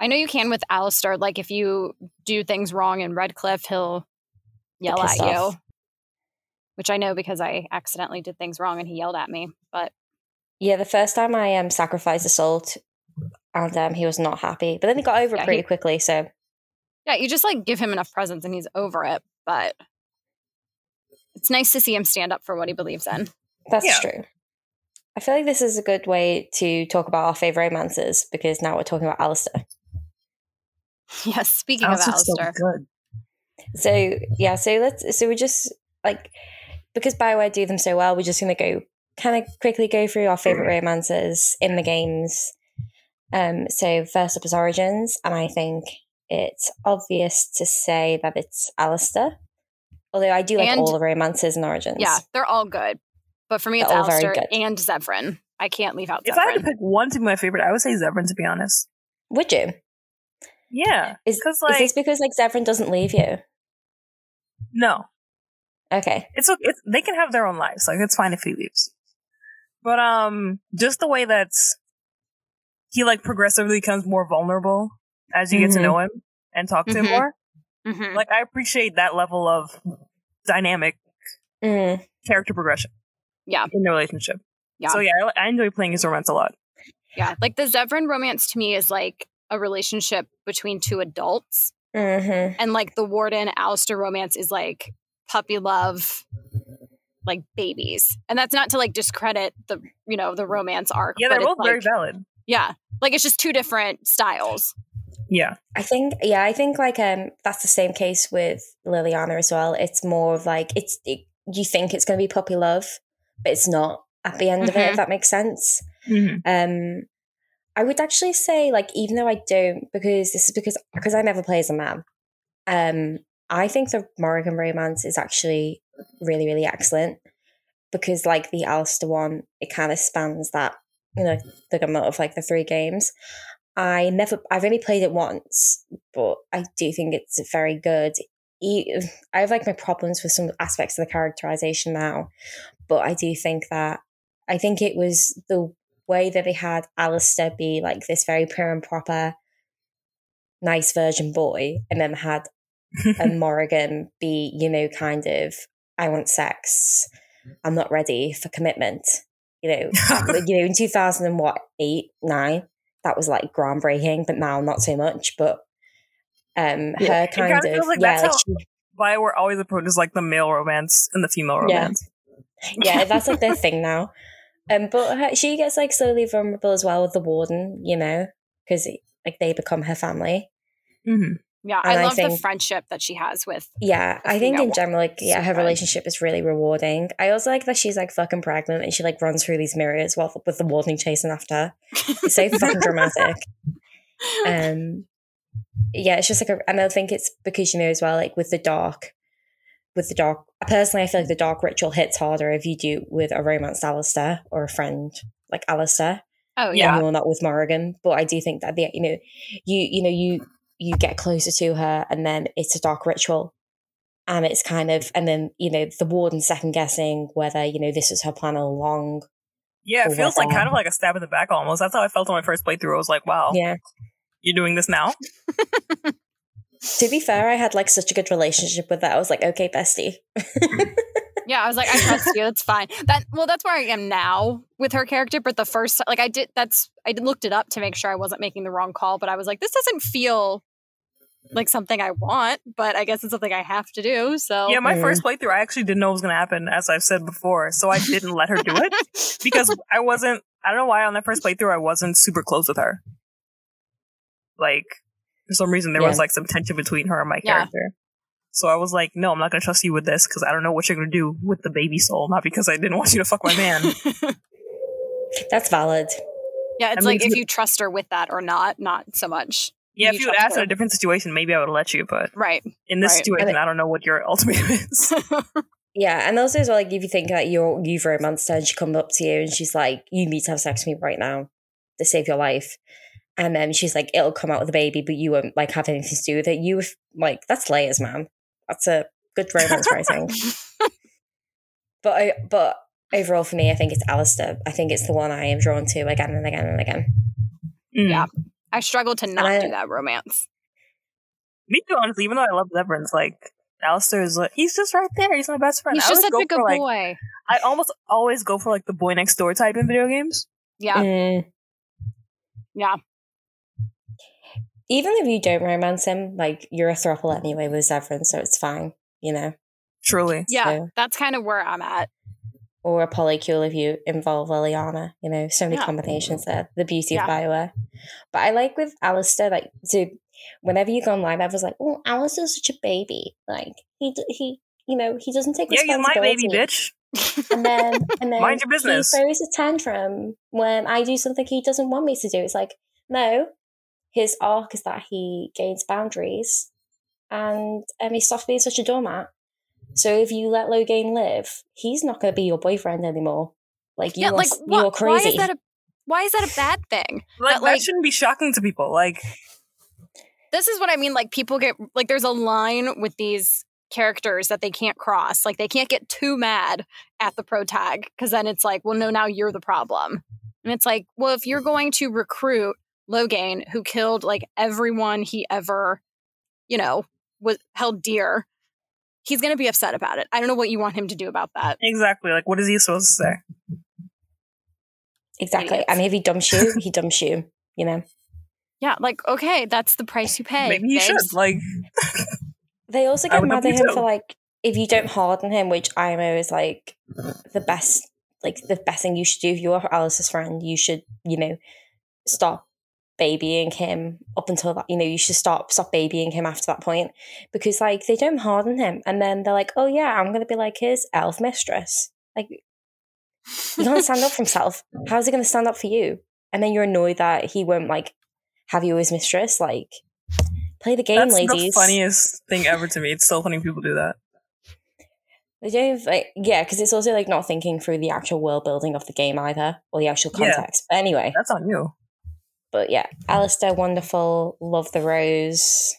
S2: I know you can with Alistair. Like if you do things wrong in Redcliffe, he'll yell at
S1: pissed
S2: you.
S1: off.
S2: which I know because I accidentally did things wrong and he yelled at me. But
S1: Yeah, the first time I um sacrificed a soul, t- and um, he was not happy. But then he got over
S2: Yeah,
S1: it pretty
S2: he-
S1: quickly. So
S2: yeah, you just like give him enough presents and he's over it. But it's nice to see him stand up for what he believes
S3: (laughs)
S2: in.
S1: that's
S3: Yeah.
S1: true. I feel like this is a good way to talk about our favorite romances because now we're talking about Alistair.
S2: yes, speaking of
S3: Alistair's so
S2: Alistair.
S3: good.
S1: So yeah, so let's so we just like because Bioware do them so well, we're just gonna go kind of quickly go through our favorite
S3: Mm-hmm.
S1: romances in the games. Um, so first up is Origins, and I think it's obvious to say that it's Alistair. Although I do like
S2: And-
S1: all the romances in Origins.
S2: Yeah, they're all good. But for me, it's
S1: They're all very
S2: Alistair
S1: good.
S2: and Zevran. I can't leave out
S3: If I had to
S2: Zevran.
S3: pick one to be my favorite, I would say Zevran. To be honest,
S1: Would you?
S3: yeah,
S1: Is,
S3: because
S1: is
S3: like
S1: this because like Zevran doesn't leave you?
S3: no,
S1: Okay.
S3: it's okay. It's, they can have their own lives. Like it's fine if he leaves. But um, just the way that he like progressively becomes more vulnerable as you get
S1: Mhm.
S3: to know him and talk to him
S2: Mhm.
S3: more.
S2: Mhm.
S3: Like I appreciate that level of dynamic
S1: Mm.
S3: character progression.
S2: Yeah.
S3: in the relationship.
S2: Yeah.
S3: So yeah, I, I enjoy playing his romance a lot.
S2: Yeah, like the Zevran romance to me is like a relationship between two adults,
S1: hmm
S2: and like the Warden Alistair romance is like puppy love, like babies, and that's not to like discredit the you know the romance arc.
S3: Yeah, they're
S2: but it's,
S3: both very
S2: like-
S3: valid.
S2: Yeah, like it's just two different styles.
S3: Yeah,
S1: I think yeah, I think like um that's the same case with Liliana as well. It's more of like it's it, you think it's going to be puppy love, but it's not at the end of it.
S2: Mhm.
S1: If that makes sense.
S3: mm-hmm.
S1: Um, I would actually say like even though I don't because this is because because I never play as a man. Um, I think the Morrigan romance is actually really really excellent because like the Alistair one, it kind of spans that you know the gamut of like the three games. I never, I've only played it once, but I do think it's very good. E- (sighs) I have like my problems with some aspects of the characterization now, but I do think that I think it was the way that they had Alistair be like this very pure and proper, nice virgin boy, and then had
S3: (laughs)
S1: and Morrigan be, you know, kind of, I want sex. I'm not ready for commitment. You
S3: (laughs)
S1: know, that- you know, in 2000 and what, eight, nine, that was like groundbreaking, but now not so much. But um,
S3: Yeah.
S1: her
S3: It
S1: kind
S3: kinda
S1: of,
S3: feels like
S1: yeah,
S3: that's
S1: like
S3: how-
S1: she
S3: Bioware always approaches like the male romance and the female
S1: Yeah.
S3: romance. (laughs)
S1: yeah, that's like their thing now. Um, but her, she gets like slowly vulnerable as well with the warden, you know, because like they become her family.
S3: hmm
S2: Yeah,
S1: And
S2: I
S1: I
S2: love the
S1: think-
S2: friendship that she has with.
S1: Yeah, I think
S2: female
S1: in general, like, yeah, her
S2: Super.
S1: relationship is really rewarding. I also like that she's like fucking pregnant and she like runs through these mirrors while with the warden chasing after her. It's so fucking dramatic. Um, yeah, it's just like, a, and I think it's because you know as well, like with the dark, with the dark. Personally, I feel like the dark ritual hits harder if you do with a romance Alistair or a friend like Alistair.
S2: oh
S1: yeah.
S2: yeah,
S1: and you're not with Morrigan. But I do think that the you know, you you know you you get closer to her, and then it's a dark ritual, and it's kind of and then you know the warden second guessing whether you know this was her plan all along.
S3: Yeah, it
S1: Oh,
S3: feels like
S1: wow.
S3: kind of like a stab in the back almost. That's how I felt on my first playthrough. I was like, wow,
S1: Yeah.
S3: you're doing this now?
S1: To be fair, I had like such a good relationship with that. I was like, okay, bestie.
S2: Yeah, I was like, I trust you. That's fine. That well, that's where I am now with her character. But the first, like, I did that's I looked it up to make sure I wasn't making the wrong call. But I was like, this doesn't feel like something I want. But I guess it's something I have to do. So (laughs)
S3: Yeah, my
S1: Mhm.
S3: first playthrough, I actually didn't know what was going to happen, as I've said before. So I didn't let her do it because I wasn't, I don't know why on that first playthrough, I wasn't super close with her. Like, for some reason, there
S1: Yeah.
S3: was like some tension between her and my
S2: Yeah.
S3: character. So I was like, no, I'm not going to trust you with this because I don't know what you're going to do with the baby soul. Not because I didn't want you to fuck
S2: (laughs)
S3: my man.
S1: That's valid.
S2: yeah, it's
S3: I mean,
S2: like if you trust her with that or not, not so much.
S3: Yeah,
S2: You
S3: if you had
S2: trust
S3: asked in
S2: her.
S3: a different situation, maybe I would let you. But
S2: Right. (laughs)
S3: in this
S2: Right.
S3: situation,
S1: And it-
S3: I don't know what your (laughs) ultimate is.
S1: Yeah, and also as well, like if you think that you're you've romanced her and she comes up to you and she's like, "You need to have sex with me right now to save your life," and then she's like, "It'll come out with the baby, but you won't like have anything to do with it." You would- like that's layers, man. That's a good romance writing. But I, but overall, for me, I think it's Alistair. I think it's the one I am drawn to again and again and again.
S3: Mm.
S2: Yeah. I struggle to not
S1: I-
S2: do that romance.
S3: Me too, honestly. Even though I love Severance, like Alistair is like, he's just right there. He's my best friend.
S2: He's
S3: I
S2: just
S3: always
S2: such
S3: go
S2: a good
S3: for, like-
S2: boy.
S3: I almost always go for like the boy next door type in video games.
S2: Yeah,
S1: Mm.
S2: yeah.
S1: Even if you don't romance him, like you're a throuple anyway with Zevran, so it's fine, you know.
S3: Truly.
S2: Yeah,
S1: So-
S2: that's kind of where I'm at.
S1: Or a polycule if you involve Liliana, you know, so many
S2: Yeah.
S1: combinations there. The beauty
S2: Yeah.
S1: of Bioware. But I like with Alistair, like to whenever you go online, I was like, Oh, Alistair's such a baby. Like he d- he you know, he doesn't take
S3: Yeah, you're my
S1: responsibility.
S3: baby, bitch.
S1: and
S2: (laughs)
S1: then and then
S3: Mind your business.
S1: he throws a tantrum when I do something he doesn't want me to do. It's like, no, his arc is that he gains boundaries and um, he stops being such a doormat. So if you let Logan live, he's not going to be your boyfriend anymore. (laughs) Like you,
S2: yeah,
S1: are,
S2: like
S1: you
S2: wha-
S1: are crazy.
S2: why is that a why is that a bad thing?
S3: Like,
S2: But, like-
S3: that shouldn't be shocking to people. Like
S2: This is what I mean. Like people get like there's a line with these characters that they can't cross. Like they can't get too mad at the pro tag because then it's like, well, no, now you're the problem. And it's like, well, if you're going to recruit Logan, who killed like everyone he ever, you know, was held dear, he's going to be upset about it. I don't know what you want him to do about that.
S3: exactly. Like what is he supposed to say?
S1: exactly.
S2: Idiots.
S1: And if he dumps you, he dumps you. You know,
S2: Yeah, like okay, that's the price you pay.
S3: Maybe he
S2: babes.
S3: should. Like
S1: they also
S3: I
S1: get
S3: would
S1: mad
S3: dump
S1: at
S3: you
S1: him
S3: too.
S1: for like if you don't harden him, which IMO is like the best, like the best thing you should do if you are Alice's friend. You should, you know, stop babying him up until that. You know, you should stop stop babying him after that point because like they don't harden him, and then they're like, oh yeah, I'm gonna be like his elf mistress. Like he can't stand
S3: (laughs)
S1: up for himself. How's he gonna stand up for you? And then you're annoyed that he won't like have you as mistress. Like play the game,
S3: that's the
S1: ladies.
S3: funniest thing ever to me. It's so funny people do that.
S1: They don't have, like, yeah, because it's also like not thinking through the actual world building of the game either, or the actual
S3: Yeah.
S1: context. But anyway,
S3: That's on you.
S1: but yeah, Alistair, wonderful, love the rose,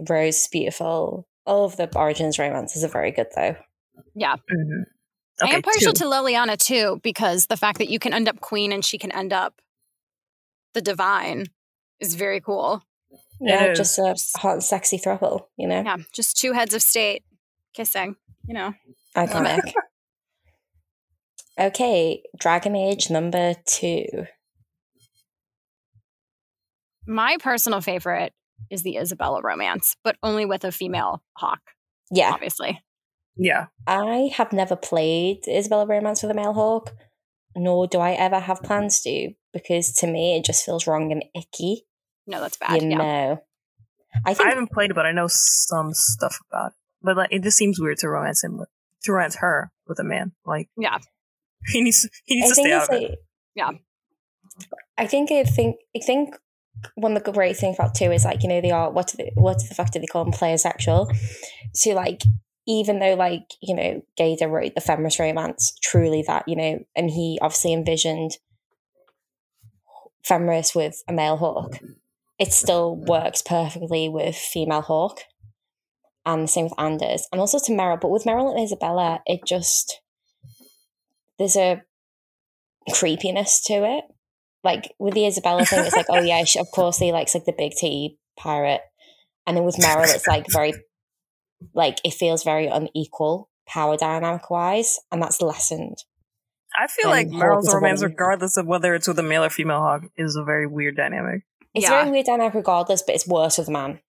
S1: the rose, is beautiful. All of the origins romances are very good though.
S3: Mhm.
S2: I am partial
S3: two.
S2: to Liliana too because the fact that you can end up queen and she can end up the divine is very cool.
S1: Yeah,
S3: is.
S1: just a hot and sexy throuple, you know,
S2: Yeah, just two heads of state kissing, you know.
S1: iconic. okay, Dragon Age number two.
S2: My personal favorite is the Isabella romance, but only with a female hawk,
S1: Yeah,
S2: obviously.
S3: Yeah.
S1: I have never played Isabella Romance with a Male Hawk, nor do I ever have plans to, because to me it just feels wrong and icky.
S2: No, that's bad.
S1: you
S2: yeah.
S1: know. I
S3: I
S1: think
S3: haven't played it, but I know some stuff about it. But like it just seems weird to romance him with to romance her with a man. Like
S2: Yeah.
S3: he needs he needs
S1: I
S3: to
S1: think
S3: stay out
S1: it's
S3: of it.
S1: like
S2: Yeah.
S1: I think I think I think one of the great things about too is like you know they are what do they, what the fuck do they call them playersexual? So like even though like you know Gator wrote the feminist romance, truly that you know, and he obviously envisioned feminist with a male hawk. It still works perfectly with female hawk, and the same with Anders, and also to Meryl. But with Meryl and Isabella, it just there's a creepiness to it. Like with the Isabella thing, it's like, oh yeah, she, of course he likes like the big T pirate, and then with Meryl, it's like very, like it feels very unequal power dynamic wise, and that's lessened.
S3: I feel
S1: and
S3: like
S1: Hawk
S3: Meryl's
S1: is a
S3: romance,
S1: woman.
S3: regardless of whether it's with a male or female hog, is a very weird dynamic.
S1: It's
S2: Yeah.
S1: very weird dynamic regardless, but it's worse with a man.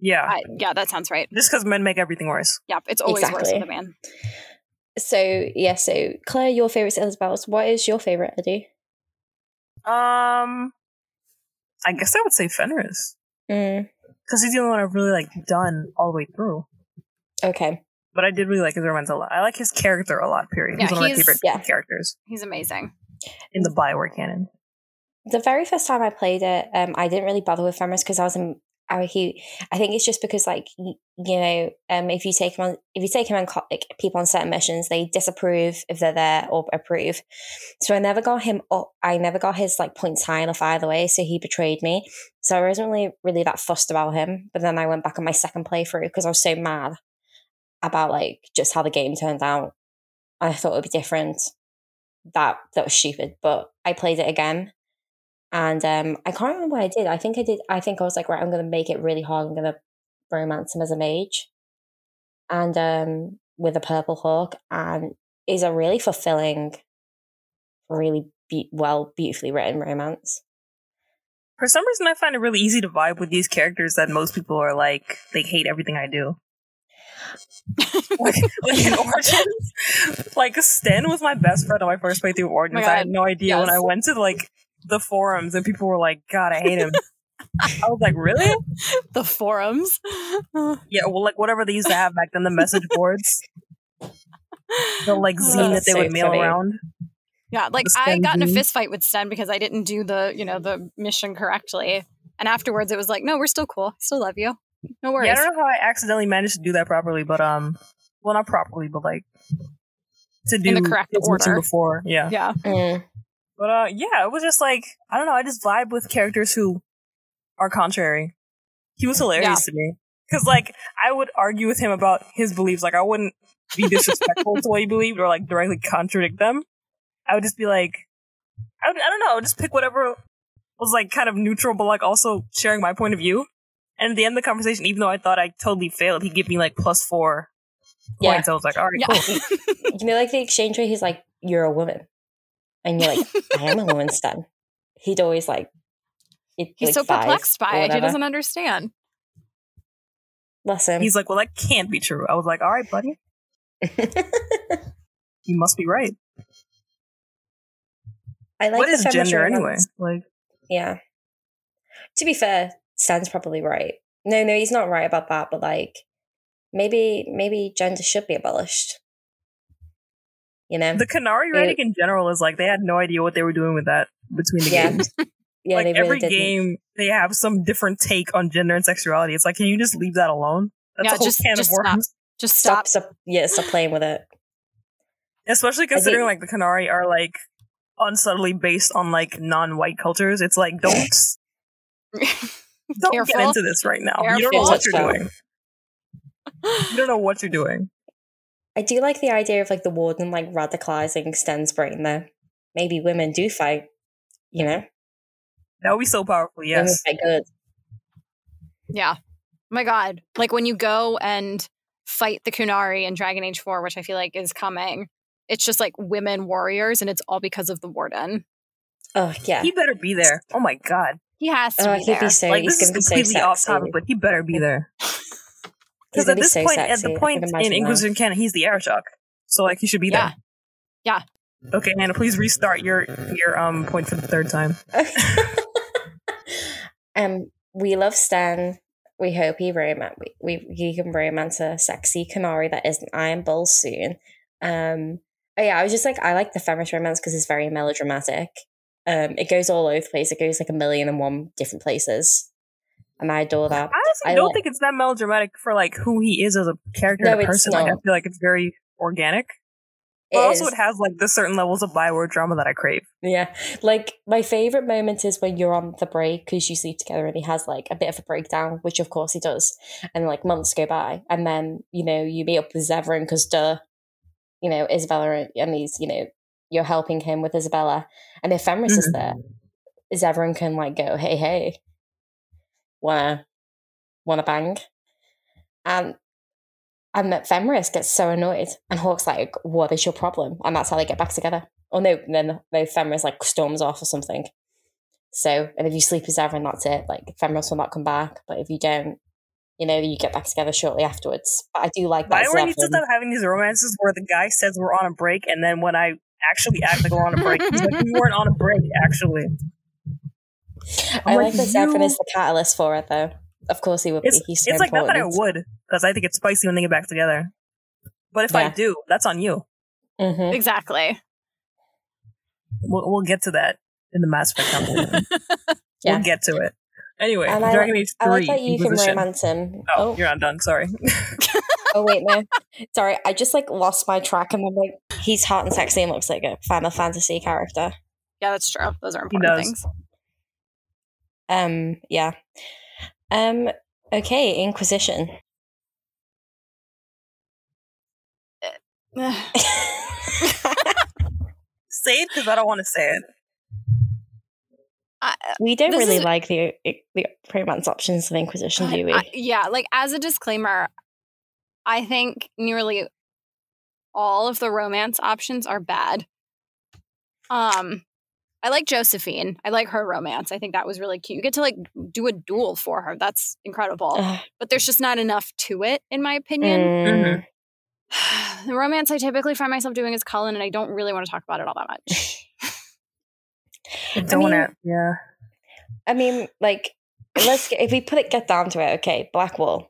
S3: Yeah.
S2: I, yeah, that sounds right.
S3: just because men make everything worse.
S2: Yeah, it's always worse
S1: Exactly.
S2: with a man.
S1: So yeah, so Claire, your favorite Isabella. What is your favorite Eddie?
S3: Um, I guess I would say Fenris
S1: Mm,
S3: because he's the only one I've really like done all the way through.
S1: okay,
S3: But I did really like his romance a lot. I like his character a lot. Period.
S2: Yeah,
S3: he's one of my
S2: he's-
S3: favorite
S1: yeah.
S3: characters
S2: He's amazing.
S3: in the Bioware canon.
S1: the very first time I played it, um, I didn't really bother with Femoris because I was in. I, he, I think it's just because, like y- you know, um, if you take him on, if you take him on, co- like, people on certain missions, they disapprove if they're there or approve. So I never got him up. I never got his like points high enough either way. So he betrayed me. So I wasn't really really that fussed about him. But then I went back on my second playthrough because I was so mad about like just how the game turned out. I thought it would be different. That that was stupid. But I played it again and um, I can't remember what I did. I think I did. I think I was like, right, I'm going to make it really hard. I'm going to romance him as a mage. and um, with a purple hawk, and is a really fulfilling, really be- well, beautifully written romance.
S3: For some reason, I find it really easy to vibe with these characters that most people are like, they hate everything I
S2: (laughs)
S3: do. like, like in Origins, like Sten was my best friend on my first playthrough of Origins.
S2: Oh God.
S3: I had no idea when
S2: Yes.
S3: I went to like the forums and people were like, "God, I
S2: (laughs)
S3: hate him." I was like, "Really?"
S2: the (laughs) forums.
S3: Yeah, well, like whatever they used to have back then, the message boards,
S2: (laughs)
S3: the like zine that
S1: That's
S3: they
S1: so
S3: would mail
S1: funny.
S3: around.
S2: Yeah, like
S3: The
S2: I
S3: Sten
S2: got in a
S3: Bean.
S2: fist fight with Sten because I didn't do the, you know, the mission correctly. And afterwards it was like, no, we're still cool. I still love you. No worries.
S3: Yeah, I don't know how I accidentally managed to do that properly, but um, well, not properly, but like to do
S2: the correct
S3: his mission
S2: order.
S3: before, yeah.
S2: yeah.
S1: Mm.
S3: But uh, yeah, it was just like I don't know. I just vibe with characters who are contrary. He was hilarious
S2: Yeah.
S3: to me because like I would argue with him about his beliefs. Like I wouldn't
S2: (laughs)
S3: be disrespectful to what he believed or like directly contradict them. I would just be like, I, would, I don't know. I would just pick whatever was like kind of neutral, but like also sharing my point of view. And at the end of the conversation, even though I thought I totally failed, he gave me like plus four
S1: Yeah.
S3: points. I was like, all right,
S2: Yeah. (laughs)
S3: cool.
S1: You know, like the exchange where he's like, "You're a woman," and you're like, "I
S2: (laughs)
S1: am a woman." Stan. He'd always like. he'd,
S2: He's
S1: like,
S2: so
S1: five
S2: perplexed
S1: or
S2: by it. He
S1: whatever.
S2: doesn't understand.
S1: Listen. (laughs)
S3: He's like, well, that can't be true. I was like, all right, buddy, you must be right.
S1: I like
S3: What
S1: the
S3: is
S1: feminist
S3: gender
S1: romance.
S3: anyway? Like,
S1: Yeah. To be fair, Stan's probably right. No, no, he's not right about that, but like maybe maybe gender should be abolished. You know?
S3: the Canary
S1: They-
S3: rating in general is like they had no idea what they were doing with that between the
S1: Yeah.
S3: games.
S1: (laughs) yeah,
S3: like
S1: they really
S3: every
S1: didn't.
S3: game, they have some different take on gender and sexuality. It's like, can you just leave that alone? That's
S2: Yeah,
S3: a whole
S2: just-
S3: can
S2: just
S3: of
S2: stop.
S3: worms.
S2: Just
S1: Stop,
S2: stop.
S1: stop yeah, stop playing with it.
S3: Especially considering like the Canary are like unsubtly based on like non-white cultures. It's
S1: (laughs)
S3: like don't don't
S2: Careful.
S3: get into this right now. You don't know
S2: Careful.
S3: what you're
S1: Touchdown.
S3: doing. You don't know what you're doing.
S1: I do like the idea of like the warden like radicalizing Stan's brain though. Maybe women do fight, you know?
S3: That would be so powerful. Yes.
S1: Women fight good.
S2: (laughs) Yeah. Oh My God. Like when you go and fight the Kunari in Dragon Age 4, which I feel like is coming, it's just like women warriors and it's all because of the warden.
S1: Oh yeah.
S3: He better be there. Oh my god.
S2: He has to
S1: oh,
S2: be
S1: he'd
S2: there.
S1: be so
S3: like
S1: he's
S3: this is
S1: gonna be so
S3: completely
S1: sexy.
S3: off topic, but he better be there.
S1: he's
S3: Because
S1: gonna
S3: at
S1: be
S3: this
S1: so
S3: point,
S1: sexy.
S3: at
S1: I
S3: the
S1: can
S3: point in
S1: imagine that.
S3: Inquisition canon, he's the Aeroshock. So like he should be
S2: Yeah.
S3: there. Okay, Hannah, please restart your your um point for the third time.
S1: (laughs) um, we love Stan. We hope he romance. We, we he can romance a sexy canary that isn't Iron Bull soon. Um, oh yeah, I was just like, I like the feminist romance because it's very melodramatic. Um, it goes all over the place. It goes like a million and one different places, and I adore that.
S3: I honestly
S1: I
S3: don't
S1: like-
S3: think it's that melodramatic for like who he is as a character
S1: No,
S3: and a
S1: it's
S3: person. Like I
S1: not.
S3: feel like it's very organic.
S1: It
S3: But also
S1: is-
S3: it has like the certain levels of byword drama that I crave.
S1: Yeah. Like my favorite moment is when you're on the break because you sleep together and he has like a bit of a breakdown, which of course he does. And like months go by. And then, you know, you meet up with Zevran because duh, you know, Isabella and he's, you know, you're helping him with Isabella. And if Fenris is there, Zevran can like go, hey, hey, wanna, wanna bang? And and that Fenris gets so annoyed, and Hawk's like, "What is your problem?" And that's how they get back together. Or no, then no, Fenris like storms off or something. So, and if you sleep with Zavrin, that's it. Like Fenris will not come back, but if you don't, you know, you get back together shortly afterwards. But I do like that.
S3: Byword needs to
S1: Zavrin-
S3: stop having these romances where the guy says we're on a break and then when I actually act like we're on a break, he's like, We weren't on a break, actually.
S1: I
S3: I'm
S1: like
S3: like,
S1: that Zavrin
S3: "You-
S1: is the catalyst for it, though. Of course, he would
S3: It's,
S1: be. He's so
S3: it's like not that I
S1: important.
S3: would, because I think it's spicy when they get back together. But if I
S1: Yeah.
S3: do, that's on you.
S1: Mhm.
S2: exactly.
S3: We'll, we'll get to that in the Mass Effect compilation.
S1: Yeah.
S3: We'll get to it. Anyway,
S1: And I
S3: Dragon Age 3.
S1: I like that you can
S3: Inquisition.
S1: romance him.
S3: Oh,
S1: Oh,
S3: you're not done. Sorry.
S1: oh, wait, no. Sorry, I just like lost my track, and I'm like, he's hot and sexy and looks like a Final Fantasy character.
S2: Yeah, that's true. Those are
S3: He
S2: important
S3: does.
S2: things.
S1: Um, yeah. Um, okay, Inquisition. (laughs)
S3: say it because I don't want to say it.
S2: (sighs) I-
S1: we don't
S2: This
S1: really
S2: is-
S1: like the the romance options of Inquisition, do we?
S2: I- yeah, like as a disclaimer, I think nearly all of the romance options are bad. Um, I like Josephine. I like her romance. I think that was really cute. You get to like do a duel for her. That's incredible.
S1: Ugh.
S2: But there's just not enough to it, in my opinion.
S3: mm-hmm.
S1: Mm.
S2: (sighs) the romance I typically find myself doing is Cullen, and I don't really want to talk about it all
S1: (laughs)
S2: that much.
S3: Don't
S1: mean-
S3: wanna- yeah.
S1: I mean, like, let's get, if we put it get down to it, okay, Blackwall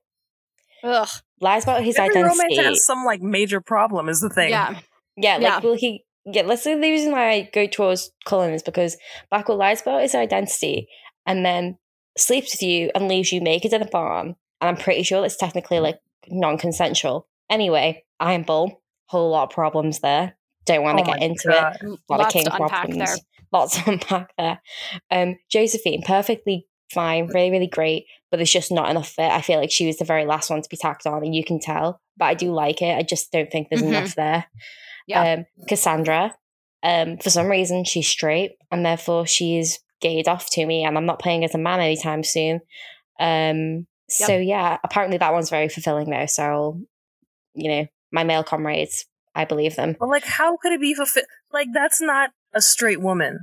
S2: Ugh.
S1: lies about his
S3: Every
S1: identity.
S3: romance has some like major problem is the
S1: (laughs)
S3: thing.
S2: Yeah.
S1: Yeah, like
S2: Yeah.
S1: will he? Yeah, let's say the reason why I go towards Colin is because Blackwell lies about his identity and then sleeps with you and leaves you naked in a barn. And I'm pretty sure that's technically like non-consensual. Anyway, Iron Bull, whole lot of problems there. Don't want to
S3: Oh
S1: get
S3: my
S1: into it.
S3: God.
S1: A lot
S2: Lots
S1: of king
S2: to unpack
S1: problems.
S2: there.
S1: Lots to (laughs) unpack there. Um, Josephine, perfectly fine, really, really great, but there's just not enough there. I feel like she was the very last one to be tacked on, and you can tell. But I do like it. I just don't think there's
S2: Mhm.
S1: enough there.
S2: Yeah.
S1: Um, Cassandra, um, for some reason, she's straight, and therefore she is gayed off to me, and I'm not playing as a man anytime soon. Um, so yeah, apparently that one's very fulfilling though. So, I'll, you know, my male comrades, I believe them.
S3: But like, how could it be fulfilled? Like, that's not a straight woman.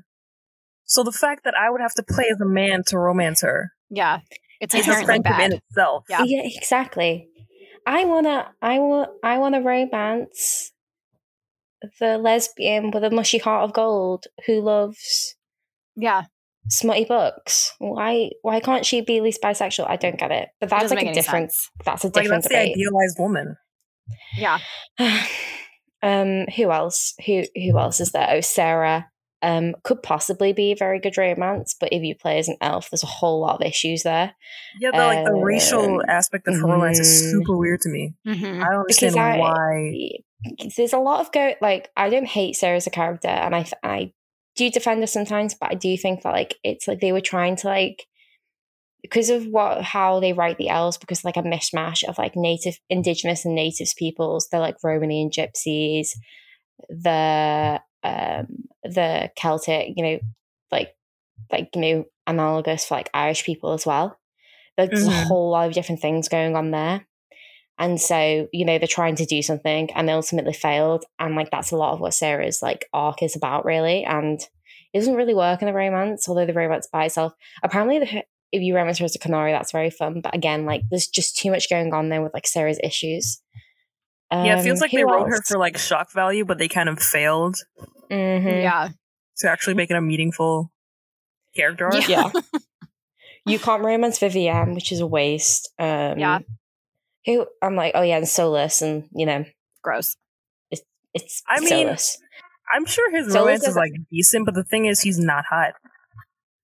S3: So the fact that I would have to play as a man to romance her
S2: Yeah. It's
S3: is
S2: inherently
S3: offensive in
S2: bad.
S3: itself.
S2: Yeah.
S1: Yeah, exactly. I wanna, I want, I wanna romance the lesbian with a mushy heart of gold who loves
S2: Yeah.
S1: smutty books. Why, why can't she be at least bisexual? I don't get it. But
S2: It
S1: that's
S2: doesn't
S1: like a
S2: make any
S1: different.
S2: sense.
S1: That's a
S3: Like,
S1: different
S3: that's the
S1: debate.
S3: idealized woman.
S2: Yeah.
S1: (sighs) um, who else? Who who else is there? Oh, Sarah. Um, could possibly be a very good romance, but if you play as an elf, there's a whole lot of issues there.
S3: Yeah, the, like the racial
S1: Um,
S3: aspect of her romance is
S1: mhm.
S3: super weird to me.
S2: Mm-hmm.
S3: I don't understand
S1: Because I-
S3: why.
S1: There's a lot of go like I don't hate Sarah as a character, and I I do defend her sometimes, but I do think that like it's like they were trying to like because of what how they write the elves because like a mishmash of like native indigenous and natives peoples they're like romani and gypsies the um the celtic you know like like you know analogous for like irish people as well there's a
S3: Mhm.
S1: whole lot of different things going on there and so you know they're trying to do something and they ultimately failed and like that's a lot of what sarah's like arc is about really and it doesn't really work in the romance although the romance by itself apparently the if you romance her as a canary, that's very fun. But again, like there's just too much going on there with like Sarah's issues. Um,
S3: yeah, it feels like they wrote her
S1: for.
S3: for like shock value, but they kind of failed
S1: Mm-hmm.
S2: Yeah.
S3: to actually make it a meaningful character arc.
S2: Yeah.
S1: Yeah. you can't romance Vivian, which is a waste. Um,
S2: Yeah.
S1: Who I'm like, oh yeah, and Solus, and you know,
S2: Gross.
S1: it's
S3: I
S1: I
S3: mean-
S1: mean, Solus.
S3: I'm sure his
S1: So
S3: romance
S1: is
S3: is
S1: it-
S3: like uh, decent, but the thing is, he's not hot.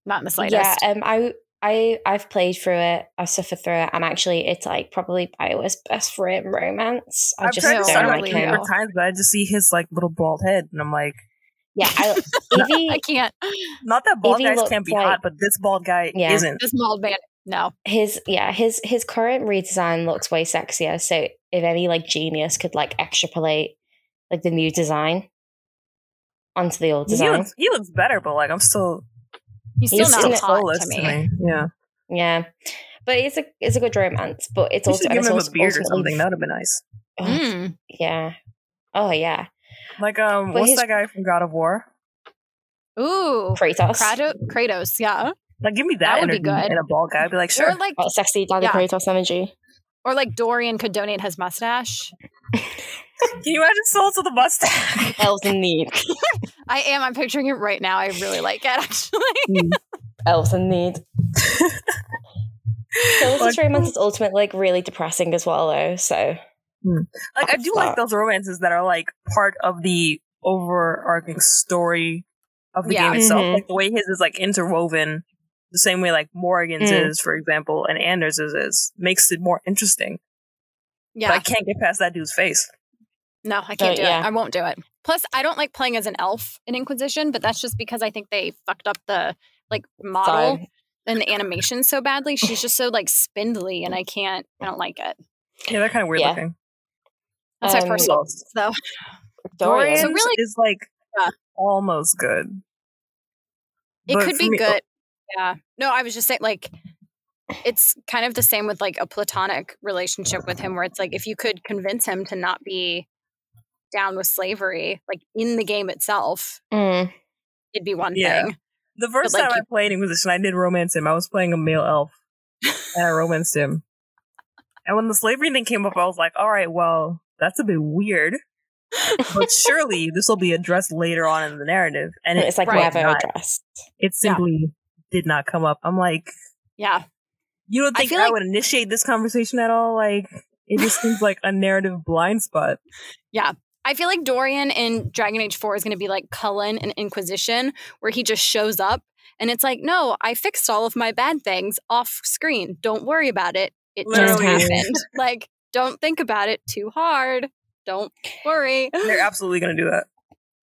S2: Not in the slightest.
S1: Yeah. Um. I. I. I've played through it. I've suffered through it, and actually, it's like probably Bioware's best written romance. I
S3: I've
S1: just
S3: tried to
S1: don't
S3: start
S1: like
S3: like
S2: him.
S3: favorite times, but I just see his like little bald head, and I'm like,
S1: Yeah. I, Evie,
S2: (laughs) I can't.
S3: not that bald
S1: he
S3: guys
S1: looked
S3: can't be
S1: like-
S3: hot, but this bald guy
S1: Yeah.
S3: isn't.
S2: This mold man. No.
S1: his yeah his his current redesign looks way sexier so if any like genius could like extrapolate like the new design onto the old
S3: He
S1: design
S3: looks, he looks better, but like I'm still
S2: He's still
S1: He's
S2: not
S1: still
S2: hot to
S3: soulless
S2: me.
S3: Yeah,
S1: yeah but it's a it's a good romance but it's
S3: you
S1: also
S3: should
S1: and
S3: give
S1: it's
S3: him a
S1: also-
S3: beard or
S1: ultimately-
S3: something. That would have been nice.
S1: Ugh,
S2: Mm.
S1: yeah oh yeah
S3: Like, um,
S1: But
S3: what's
S1: his-
S3: that guy from God of War?
S2: Ooh.
S1: kratos
S2: Kratos. Kratos. Yeah.
S3: Like, give me that,
S2: That would be
S3: energy
S2: good.
S3: and a bald guy. I'd be like, sure.
S2: Or like
S1: Got sexy daddy
S2: Yeah.
S1: kratos energy
S2: or like Dorian could donate his mustache.
S3: Can you imagine Souls with a mustache?
S2: (laughs)
S1: elves in need
S2: I am. I'm picturing it right now. I really like it (laughs) actually.
S1: elves in need so this
S3: Like-
S1: romance is ultimately like really depressing as well though so
S3: like, I do like those romances that are like part of the overarching story of the
S2: Yeah. Mm-hmm.
S3: game itself.
S1: Mhm.
S3: Like the way his is like interwoven, the same way like Morgan's
S1: Mm.
S3: is, for example, and Anders' is, makes it more interesting.
S2: Yeah.
S3: But I can't get past that dude's face.
S2: No, I can't
S1: Oh,
S2: do
S1: yeah.
S2: it. I won't do it. Plus, I don't like playing as an elf in Inquisition, but that's just because I think they fucked up the like model
S1: Fine.
S2: and the animation so badly. She's just so like spindly, and I can't. I don't like it.
S3: Yeah, they're kind of weird
S1: Yeah.
S3: looking.
S2: That's
S1: Um,
S2: my personal.
S3: Souls.
S2: So
S1: Dorian.
S3: Dorian
S2: So really-
S3: is like
S2: Yeah.
S3: almost good.
S2: it
S3: But
S2: could
S3: for
S2: be
S3: me-
S2: good. Yeah. No, I was just saying like it's kind of the same with like a platonic relationship with him where it's like if you could convince him to not be down with slavery like in the game itself
S1: Mm.
S2: it'd be one
S3: Yeah.
S2: thing
S3: The first
S2: like,
S3: time I
S2: you-
S3: played Inquisition, I did romance him. I was playing a male
S2: (laughs)
S3: elf, and I romanced him. And when the slavery thing came up, I was like, "All right, well, that's a bit weird, but surely this will be addressed later on in the narrative." And
S1: And
S3: it,
S1: it's like
S2: right,
S1: never
S3: not.
S1: addressed.
S3: it simply did not come up. I'm like,
S2: (laughs) yeah
S3: you don't
S2: I
S3: think I,
S2: feel like-
S3: would initiate this conversation at all? Like, it just seems like a narrative blind
S2: (laughs)
S3: spot.
S2: i feel like dorian in dragon age 4 is going to be like cullen in inquisition where he just shows up and it's like no i fixed all of my bad things off screen don't worry about it it just
S1: Literally.
S3: (laughs)
S2: happened like don't think about it too hard don't worry
S3: They're absolutely going to do that.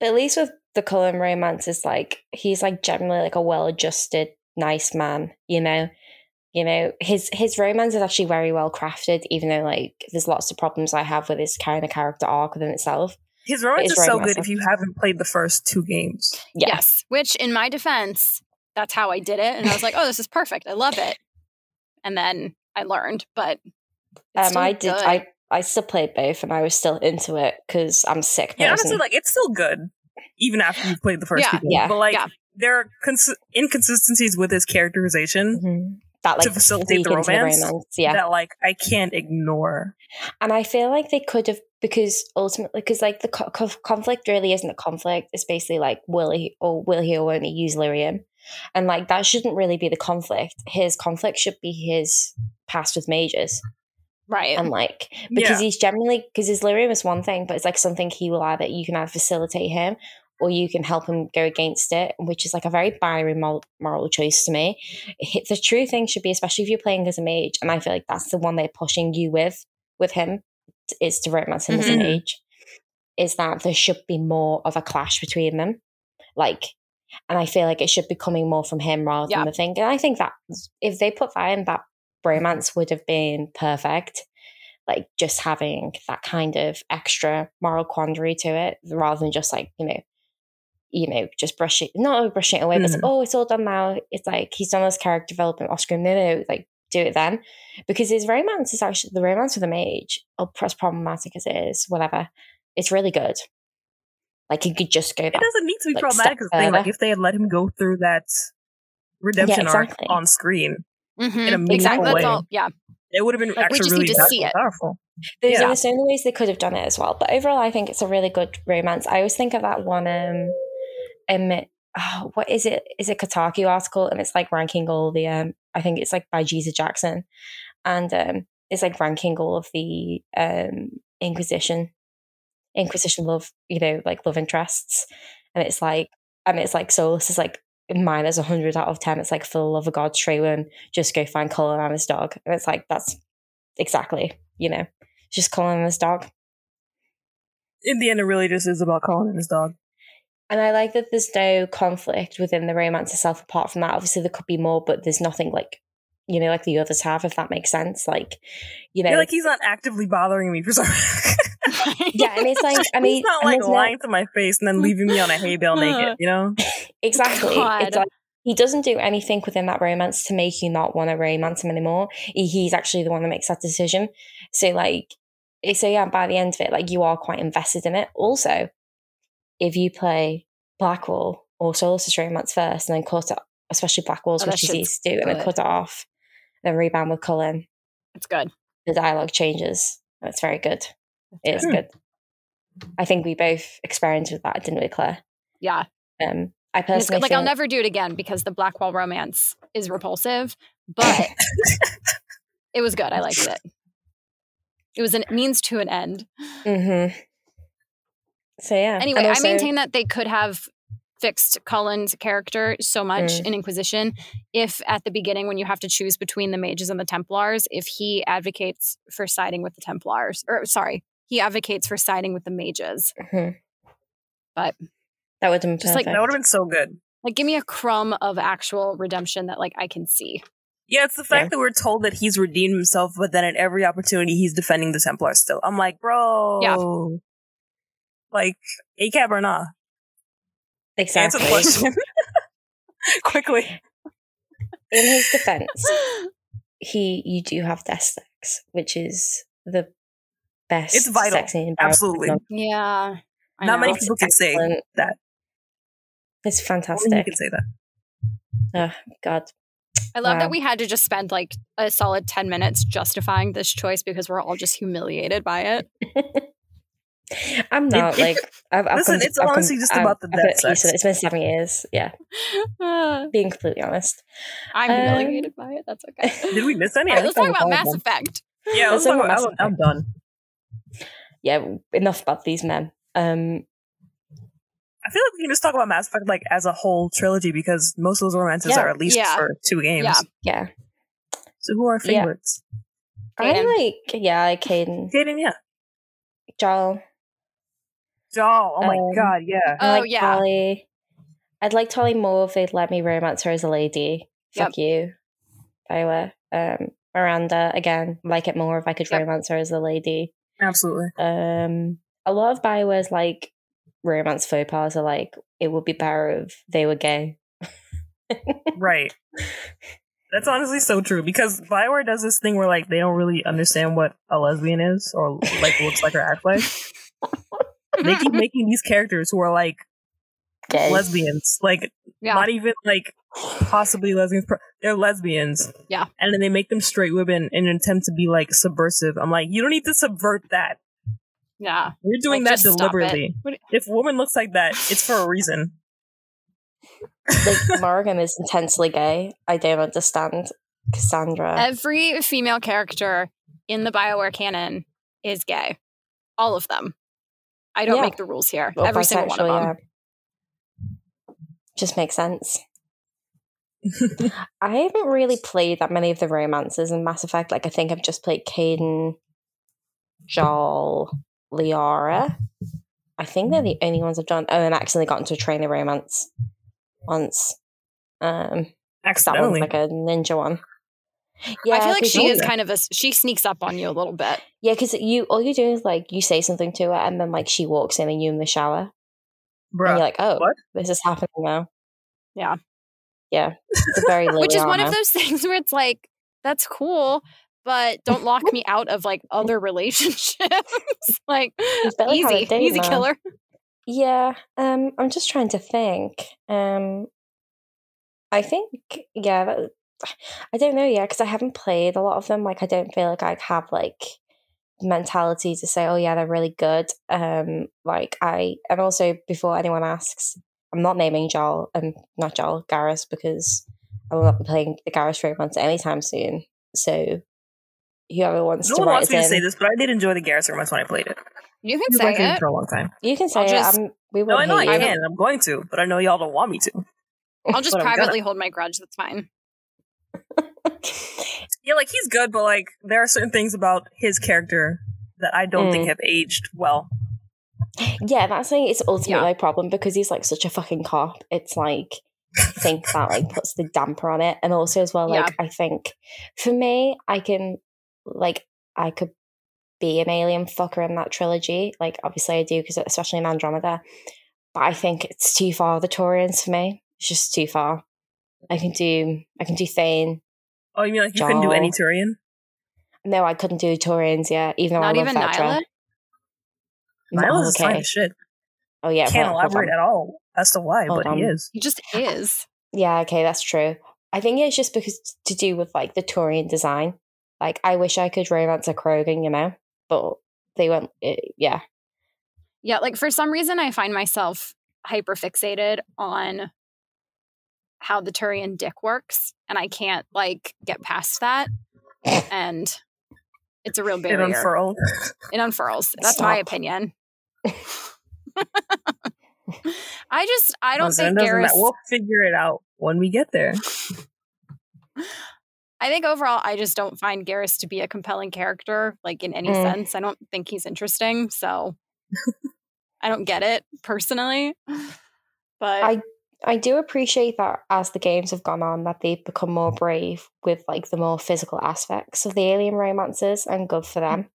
S1: But at least with the Cullen romance is like he's like generally like a well adjusted, nice man, you know. You know, his his romance is actually very well crafted, even though like there's lots of problems I have with his kind of character arc within itself.
S3: His romance
S1: It's
S3: is so
S1: romance.
S3: good if you haven't played the first two games.
S1: Yeah.
S2: Yes. Which, in my defense, that's how I did it. And I was like, oh, this is perfect. I love it. And then I learned, but it's
S1: Um, I
S2: still
S1: did
S2: good.
S1: I I still played both and I was still into it because I'm a sick.
S3: Yeah,
S1: person.
S3: honestly, like it's still good even after you've played the first
S2: Yeah,
S3: two games.
S1: yeah,
S3: but like
S2: yeah.
S3: there are cons- inconsistencies with his characterization
S1: Mhm. that like
S3: to facilitate the
S1: leak into
S3: romance,
S1: Yeah.
S3: that like I can't ignore.
S1: and I feel like they could have because ultimately because like the co- co- conflict really isn't a conflict. It's basically like will he or will he or won't he use lyrium, and like that shouldn't really be the conflict. His conflict should be his past with mages
S2: right.
S1: and like because
S3: yeah,
S1: he's generally because his lyrium is one thing, but it's like something he will either you can either facilitate him or you can help him go against it, which is like a very binary moral, moral choice to me. It- The true thing should be, especially if you're playing as a mage, and I feel like that's the one they're pushing you with with him t- is to romance him as a
S2: Mm-hmm.
S3: Mhm.
S1: mage. Is that there should be more of a clash between them, like. And I feel like it should be coming more from him rather
S2: Yeah.
S1: than the thing. And I think that if they put that in, that romance would have been perfect like just having that kind of extra moral quandary to it rather than just like you know you know just brush it not brush it away but it's like,
S3: Mhm.
S1: oh it's all done now it's like he's done his character development off screen no no like do it then because his romance is actually the romance with the mage or as problematic as it is whatever it's really good like he could just go
S3: it
S1: that
S3: doesn't need to be
S1: like,
S3: problematic. Is the thing.
S1: stepfather.
S3: Like if they had let him go through that redemption
S1: exactly.
S3: arc on screen,
S2: Mhm.
S3: in a meaningful
S2: Exactly. That's
S3: way.
S2: all.
S3: (laughs)
S2: Yeah. (laughs)
S3: it would have been
S2: Like, we
S3: actually
S2: just
S3: really
S2: need to see
S3: impactful and
S2: it.
S3: powerful.
S1: There's,
S3: Yeah.
S1: there's so many ways they could have done it as well. But overall, I think it's a really good romance. I always think of that one, um, um oh, what is it? Is it Kotaku article? And it's like ranking all the, um, I think it's like by Jesus Jackson. And um, it's like ranking all of the um, Inquisition, Inquisition love, you know, like love interests. And it's like, and it's like Solus is like, mine is 100 out of 10. It's like, for the love of God, Traylon, just go find Colin and his dog. And it's like, that's exactly, you know just calling this dog.
S3: In the end, it really just is about Colin and his dog.
S1: And I like that there's no conflict within the romance itself apart from that. Obviously, there could be more, but there's nothing like, you know, like the others have, if that makes sense. Like, you know,
S3: Yeah, like he's not actively bothering me for some reason.
S1: yeah, and it's
S3: (laughs)
S1: like, I mean,
S3: he's not
S1: and
S3: like
S1: there's no-
S3: lying to my face and then leaving me on a hay
S2: (laughs)
S3: bale naked. You know,
S1: exactly.
S2: God.
S1: It's like, he doesn't do anything within that romance to make you not want to romance him anymore. He- He's actually the one that makes that decision. So, like, eh, so yeah, by the end of it, like, you are quite invested in it. Also, if you play Blackwall or Solstice Romance first and then cut it, especially Blackwall's,
S2: Oh, that
S1: which is
S2: shit's
S1: easy to do, and
S2: good.
S1: then cut it off, then rebound with Cullen,
S2: It's good.
S1: the dialogue changes. That's very good. It's
S3: good.
S1: good. I think we both experienced with that, didn't we, Claire?
S2: Yeah.
S1: Um, I
S2: And it's
S1: personally
S2: good. Like, I'll
S1: feel-
S2: never do it again because the Blackwall romance is repulsive,
S3: (laughs)
S2: but it was good. I liked it. It was a means to an end.
S1: Mm-hmm. So yeah.
S2: Anyway,
S1: And also-
S2: I maintain that they could have fixed Cullen's character so much
S1: Mm.
S2: in Inquisition if at the beginning when you have to choose between the mages and the Templars, if he advocates for siding with the Templars, or sorry, he advocates for siding with the mages.
S1: Mhm.
S2: But-
S1: that would have been
S2: Just like-
S1: perfect.
S3: that would have been so good.
S2: Like give me a crumb of actual redemption that like I can
S3: (gasps)
S2: see.
S3: Yeah, it's the fact
S1: Yeah.
S3: that we're told that he's redeemed himself, but then at every opportunity he's defending the Templars still. I'm like, bro. Like, ACAB or not? Answer
S1: exactly.
S3: the
S2: (laughs)
S3: question. (laughs) Quickly. (laughs)
S1: In his defense, he you do have desk sex, which is the best.
S3: It's vital.
S1: sex in Barrow
S3: Absolutely.
S1: Royal.
S2: Yeah. I
S3: Not
S2: know.
S3: many people can say
S1: Excellent.
S3: that.
S1: It's
S3: Only you
S1: fantastic.
S3: can say that.
S1: God,
S2: I love
S1: Wow.
S2: that we had to just spend like a solid 10 minutes justifying this choice because we're all just humiliated by it. (laughs)
S1: I'm not
S3: it-
S1: like I've, I've
S3: Listen,
S1: come to-
S3: it's
S1: I've come-
S3: honestly just
S1: I've-
S3: about the
S1: I've been
S3: death
S1: at peace
S3: sex.
S1: with it. It's been seven years. Yeah,
S2: Ah,
S1: being completely honest.
S2: I'm
S1: Um,
S2: humiliated by it. That's
S1: (laughs)
S2: okay.
S3: Did we miss any?
S2: all
S3: I
S2: right, let's
S3: think that
S2: talk
S3: was
S2: about
S3: all of
S2: Mass
S3: them.
S2: Effect.
S3: Yeah,
S1: Let's
S3: let's
S1: talk about
S3: talk about.
S1: Mass
S3: I'm, I'm done.
S1: Yeah, enough about these men. Um,
S3: I feel like we can just talk about Mass Effect like as a whole trilogy because most of those romances
S1: Yeah.
S3: are at least
S2: Yeah.
S3: for two games.
S1: yeah,
S2: Yeah.
S3: So who are our
S1: Yeah.
S3: favorites?
S1: I
S2: Kaden.
S1: like yeah, like Caden,
S3: Kaden, yeah.
S1: Jarl.
S3: Doll. Oh my
S1: Um,
S3: god, yeah.
S1: I
S2: Oh,
S1: like
S2: yeah. (laughs)
S1: Tali. I'd like Tali more if they'd let me romance her as a lady. Fuck you. Viola. Um Miranda, again, like it more if I could
S2: Yep.
S1: romance her as a lady.
S3: Absolutely.
S1: Um a lot of Bioware's like romance faux pas are like, it would be better if they were gay.
S3: Right. That's honestly so true because Bioware does this thing where like they don't really understand what a lesbian is or like looks like or acts like. They keep making these characters who are like
S1: Gay.
S3: lesbians, like
S2: Yeah.
S3: not even like possibly lesbians. pro- They're lesbians.
S2: Yeah.
S3: And then they make them straight women in an attempt to be like subversive. I'm like, you don't need to subvert that.
S2: Yeah.
S3: We're doing
S2: Like,
S3: that
S2: just stop it.
S3: deliberately.
S2: What-
S3: If a woman looks like that, it's for a reason. (laughs)
S2: (laughs)
S1: like Morgan is intensely gay. I don't understand. Cassandra.
S2: Every female character in the BioWare canon is gay. All of them. I don't
S1: Yeah.
S2: make the rules here.
S1: Well, uh,
S2: Every single one of
S1: bisexual,
S2: them.
S1: yeah. Just makes sense. I haven't really played that many of the romances in Mass Effect. Like, I think I've just played Caden, Jarl, Liara. I think they're the only ones I've done. Oh, and I accidentally got into a trainer romance once. Um, 'cause that one's
S3: Accidentally.
S1: like a ninja one. Yeah,
S2: I feel like
S1: 'cause
S2: she
S1: you-
S2: is kind of a she sneaks up on you a little bit.
S1: Yeah, because you all you do is like you say something to her, and then like she walks in, and you in the shower, and
S3: Bruh.
S1: you're like, oh,
S3: what?
S1: this is happening now.
S2: Yeah.
S1: Yeah. It's a very
S2: (laughs) which is one
S1: Liliana.
S2: of those things where it's like that's cool but don't lock me
S1: (laughs)
S2: out of like other relationships (laughs) like
S1: better have a
S2: easy
S1: date
S2: easy
S1: now.
S2: killer
S1: Yeah. Um, I'm just trying to think. Um, I think yeah. That, I don't know. Yeah, because I haven't played a lot of them. Like, I don't feel like I have like the mentality to say, oh yeah, they're really good. Um, like I and also before anyone asks, I'm not naming Joel. Um, not Joel, Garrus because I will not be playing the Garrus romance anytime soon. So whoever wants
S3: No
S1: to
S3: one
S1: write
S3: wants
S1: us
S3: me to
S1: in,
S3: say this, but I did enjoy the Garrison once when I played it.
S2: you can
S3: I've been
S2: say
S3: playing
S2: it
S3: for a long time.
S1: you can say
S2: just-
S1: it. I'm, we
S3: No,
S1: will
S3: I know I
S1: hear you.
S3: can. I'm going to, but I know y'all don't want me to.
S2: i'll just
S3: But I'm gonna.
S2: privately hold my grudge that's fine
S1: (laughs)
S3: Yeah, like he's good, but like there are certain things about his character that I don't think
S1: Mm.
S3: have aged well.
S1: Yeah, that's saying it's ultimately
S2: Yeah.
S1: my problem because he's like such a fucking cop. It's like I think that
S2: (laughs)
S1: like puts the damper on it. And also as well, like I think for me, I can like I could be an alien fucker in that trilogy. Like obviously I do because especially in Andromeda. But I think it's too far the Taurians for me. It's just too far. I can do I can do Thane.
S3: Oh, you mean like you couldn't do any
S1: Jarl.
S3: Tyrion?
S1: No, I couldn't do Taurians, yeah, even though
S2: not
S1: I love
S2: even
S1: that
S2: nyla
S1: trial.
S3: Nyla's
S1: No,
S3: is fine as shit.
S1: Oh yeah,
S3: Can't
S1: well, hold on.
S3: elaborate at all as to why,
S1: Hold
S3: but he
S1: on.
S3: is.
S2: he just is
S1: Yeah, okay, that's true. I think it's just because to do with like the Taurian design. Like, I wish I could romance a Krogan, you know, but they went, uh, yeah,
S2: yeah like for some reason i find myself hyper fixated on how the turian dick works and i can't like get past that and it's a real
S3: It
S2: barrier
S3: unfurled.
S2: It unfurls. That's my
S1: Stop.
S3: (laughs)
S2: opinion. I just I don't
S3: Listen,
S2: think
S3: it doesn't
S2: Garrus.
S3: matter. We'll figure it out when we get there.
S2: I think overall I just don't find Garrus to be a compelling character, like in any
S1: Mm.
S2: sense. I don't think he's interesting, so I don't get it personally. But
S1: I- I do appreciate that as the games have gone on, that they've become more
S3: Mm.
S1: brave with like the more physical aspects of the alien romances, and good for them.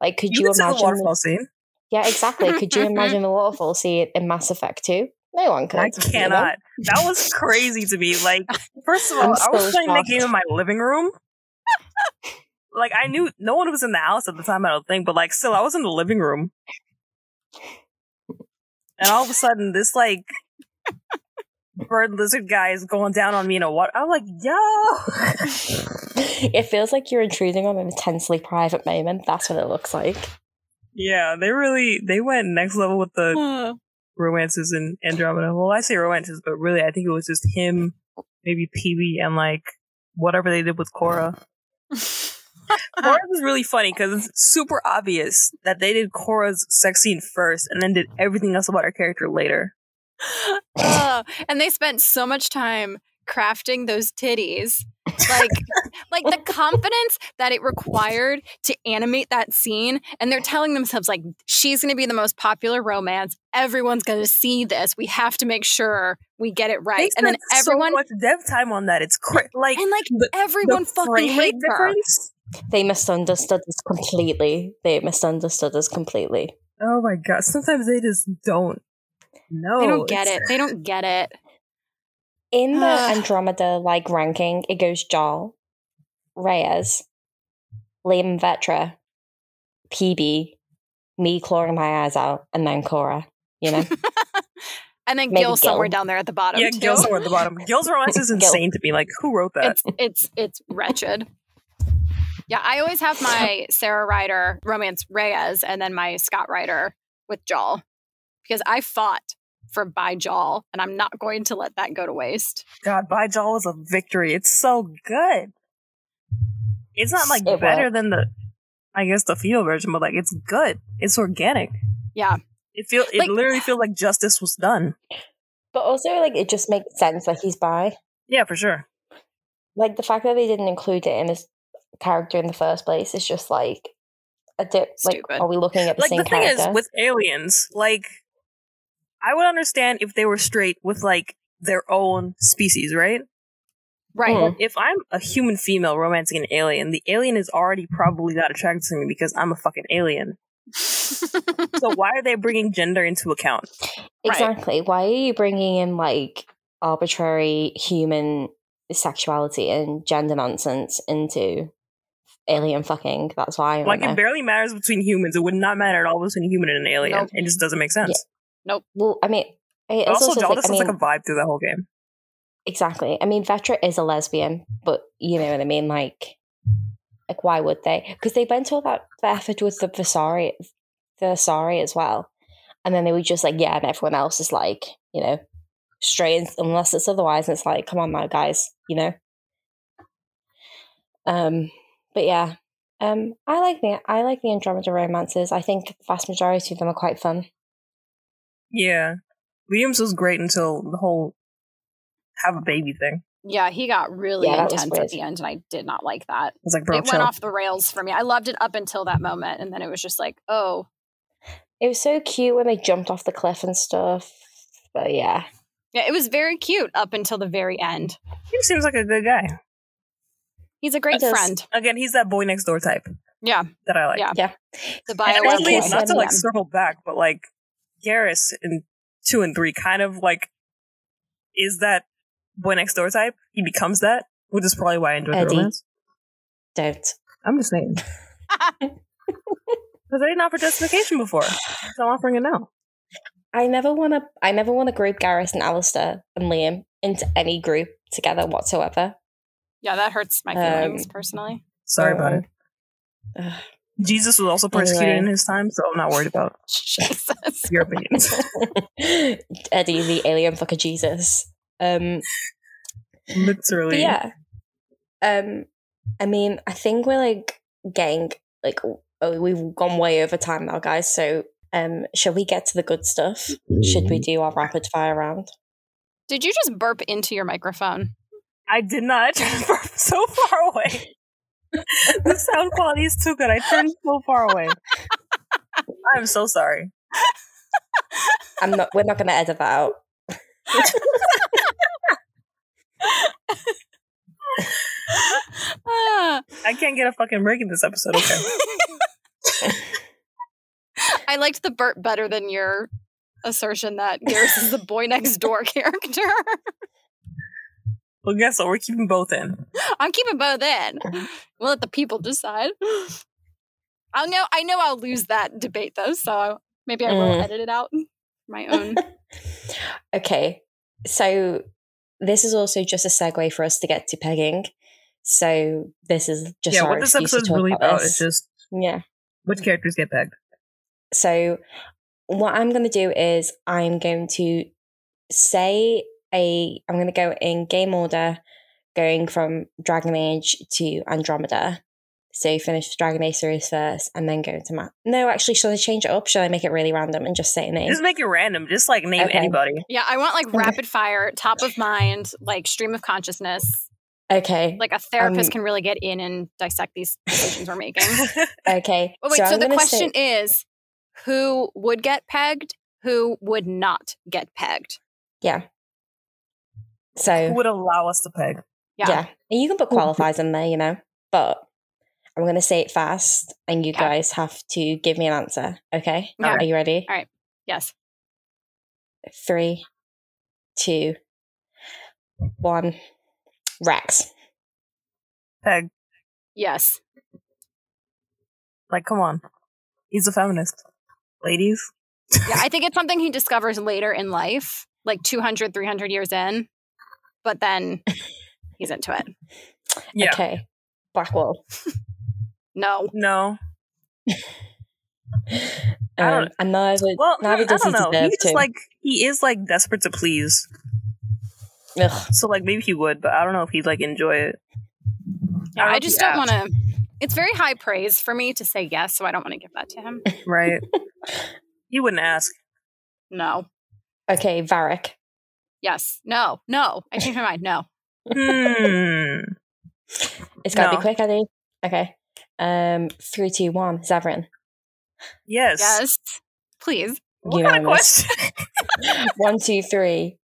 S1: Like, could
S3: Mm. You,
S1: you,
S3: can see the
S1: imagine?
S3: waterfall scene.
S1: Yeah, exactly. Could you imagine
S3: (laughs)
S1: the waterfall scene in Mass Effect 2? No one could. (laughs)
S3: I
S1: you know?
S3: cannot.
S1: (laughs)
S3: That was crazy to me. Like, first of
S1: I'm
S3: all, I was
S1: so
S3: playing that
S1: shocked.
S3: game in my living room. like I knew no one was in the house at the time, I don't think, but like still I was in the living room. And all of a sudden this like bird lizard guy is going down on me in a what I'm like, yo (laughs)
S1: it feels like you're intruding on an intensely private moment. That's what it looks like.
S3: Yeah, they really they went next level with the
S2: Uh,
S3: romances in Andromeda. Well I say romances, but really I think it was just him, maybe Peewee and like whatever they did with Cora.
S2: uh, (laughs)
S3: Cora was really funny because it's super obvious that they did Cora's sex scene first and then did everything else about her character later.
S2: oh, and they spent so much time crafting those titties. like like the confidence that it required to animate that scene and they're telling themselves like she's going to be the most popular romance everyone's going to see this we have to make sure we get it right
S3: They
S2: and then
S3: spent
S2: everyone
S3: so much dev time on that. It's cra- like
S2: and like
S3: the-
S2: everyone
S3: the
S2: fucking
S3: frame rate
S2: hates her
S3: difference.
S1: They misunderstood us completely. They misunderstood us completely.
S3: Oh my god! Sometimes they just don't know.
S2: they don't get
S3: It's-
S2: it they don't get it
S1: In the
S3: Ah.
S2: Ugh.
S1: Andromeda like ranking, it goes Jarl, Reyes, Liam Vetra, PB, me clawing my eyes out, and then Cora. You
S3: (laughs)
S1: know,
S2: and then
S1: Maybe
S2: gil somewhere
S1: Gil.
S2: down there at the bottom
S3: Yeah,
S2: too.
S3: Gil's somewhere at the bottom. Gil's romance
S2: (laughs)
S3: is
S1: Gil.
S3: insane to me. Like, who wrote that?
S2: it's it's it's wretched. Yeah, I always have my Sarah Ryder romance Reyes and then my Scott Ryder with Jol because I fought for by Jol and I'm not going to let that go to waste.
S3: God, by Jaw was a victory. It's so good. It's not like
S1: It
S3: better than the, I guess the female version, but like it's good. It's organic.
S2: Yeah.
S3: It feel it
S2: Like-
S3: literally feels like justice was done.
S1: but also like it just makes sense. Like he's by.
S3: Yeah, for sure.
S1: Like the fact that they didn't include it in his character in the first place is just like a dip. Like,
S2: Stupid.
S1: are we looking at the
S3: Like
S1: same
S3: the thing
S1: character?
S3: is with aliens, like I would understand if they were straight with like their own species, right?
S2: Right.
S1: Mm.
S3: If I'm a human female romancing an alien, the alien is already probably not attracted to me because I'm a fucking alien.
S1: (laughs)
S3: So why are they bringing gender into account?
S2: Right.
S1: Exactly. Why are you bringing in like arbitrary human sexuality and gender nonsense into alien fucking? That's why. I don't
S3: Like
S1: know.
S3: it barely matters between humans. It would not matter at all between a human and an alien.
S2: Nope.
S3: It just doesn't make sense.
S1: well, I mean, it's
S3: But also,
S1: also
S3: Jal
S1: like,
S3: just
S1: I
S3: has
S1: mean,
S3: like a vibe through the whole game.
S1: exactly. I mean, Vetra is a lesbian, but you know what I mean. Like, like why would they? Because they went to all that effort with the Vasari, the Vasari as well, and then they were just like, yeah, and everyone else is like, you know, straight and- unless it's otherwise. And it's like, come on now, guys, you know. Um, but yeah, um, I like the I like the Andromeda romances. I think the vast majority of them are quite fun.
S3: Yeah, Liam's was great until the whole have a baby thing. I
S2: (laughs) Yeah, he got really
S1: Yeah, that was
S2: intense
S1: weird.
S2: at the end and I did not like that.
S3: was like, bro,
S2: it
S3: chill.
S2: went off the rails for me. I loved it up until that moment and then it was just like, oh,
S1: It was so cute when they jumped off the cliff and stuff. But yeah,
S2: yeah, it was very cute up until the very end.
S3: He seems like a good guy.
S2: He's a great
S1: It is.
S2: friend.
S3: Again, he's that boy next door type
S2: Yeah,
S3: that I like.
S2: Yeah. the bio.
S1: And I
S3: Actually,
S1: like him.
S3: not to like
S2: Yeah.
S3: circle back, but like Garrus in two and three kind of like is that boy next door type. He becomes that, which is probably why I enjoyed the
S1: Eddie.
S3: romance.
S1: don't.
S3: I'm just (laughs) saying. Because I didn't offer justification before. So I'm offering it now.
S1: I never want to. I never want to group Garrus and Alistair and Liam into any group together whatsoever.
S2: Yeah, that hurts my feelings
S1: Um,
S2: personally.
S3: Sorry about it.
S1: Ugh.
S3: Uh, Jesus was also persecuted
S1: Anyway.
S3: in his time, so I'm not worried about
S2: Jesus.
S3: your opinions. (laughs)
S1: (laughs) Eddie, the alien fucker Jesus. Um, but
S3: Literally.
S1: yeah. Um, I mean, I think we're like getting like oh, we've gone way over time now, guys. So, um, shall we get to the good stuff? Should we do our rapid fire round?
S2: Did you just burp into your microphone?
S3: I did not. I turned from (laughs) so far away. the sound quality is too good. I turned so far away. I'm so sorry.
S1: I'm not. We're not going to edit that out.
S2: Ah.
S3: I can't get a fucking break in this episode. Okay.
S1: (laughs)
S2: I liked the burp better than your (laughs) assertion that Garrus is the boy next door character.
S3: Well, guess what? We're keeping both in.
S2: I'm keeping both in. We'll let the people decide. (gasps) I'll know. I know I'll lose that debate though, so maybe I will
S1: Mm.
S2: edit it out for my own.
S1: okay. So this is also just a segue for us to get to pegging. So this is just
S3: yeah,
S1: our
S3: what this
S1: excuse to
S3: episode's
S1: talk
S3: really about
S1: this.
S3: is just
S1: yeah.
S3: which characters get pegged.
S1: So what I'm going to do is I'm going to say a I'm going to go in game order going from Dragon Age to Andromeda. So you finish the Dragon Age series first and then go to Matt. No, actually, should I change it up? Should I make it really random and just say a name?
S3: Just make it random. Just like name
S1: Okay.
S3: anybody.
S1: (laughs)
S2: Yeah, I want like rapid fire, top of mind, like stream of consciousness.
S1: Okay.
S2: Like a therapist
S1: Um,
S2: can really get in and dissect these decisions we're making.
S1: okay.
S2: But Oh,
S3: oh,
S2: wait, so,
S1: I'm
S2: the
S1: gonna
S2: question
S1: say-
S2: is who would get pegged? Who would not get pegged?
S1: so
S3: Who would allow us to peg?
S2: Yeah.
S1: And you can put
S3: Mhm.
S1: qualifiers in there, you know, but I'm going to say it fast and you
S2: Okay.
S1: guys have to give me an answer. Okay.
S2: Yeah.
S1: Are you ready?
S2: All Yes.
S1: Three, two, one. Rex.
S3: Peg.
S2: Yes.
S3: Like, come on. He's a feminist. Ladies.
S2: Yeah, I think it's something he discovers later in life, like 200, 300 years in, but then he's into it.
S3: Yeah.
S1: Okay. Black Wolf.
S2: No.
S3: No. I don't-
S1: Um, and neither,
S3: Well,
S1: neither
S3: I
S1: does he
S3: don't know.
S1: deserve
S3: He's
S1: to.
S3: just like he is like desperate to please.
S1: Ugh.
S3: So like maybe he would, but I don't know if he'd like enjoy it.
S2: Yeah,
S3: don't know
S2: I
S3: if
S2: just
S3: he'd
S2: don't
S3: ask.
S2: want to. It's very high praise for me to say yes, so I don't want to give that to him.
S3: Right. he wouldn't ask.
S2: No.
S1: Okay. Varric.
S2: Yes. No. No. I changed my mind. No.
S3: Hmm.
S1: It's got to
S3: No.
S1: be quick, Eddie. Okay. Um, three, two, one. Zavrin.
S3: Yes.
S2: Yes. Please.
S3: What kind of
S1: Unanimous.
S3: question?
S1: one, two, three.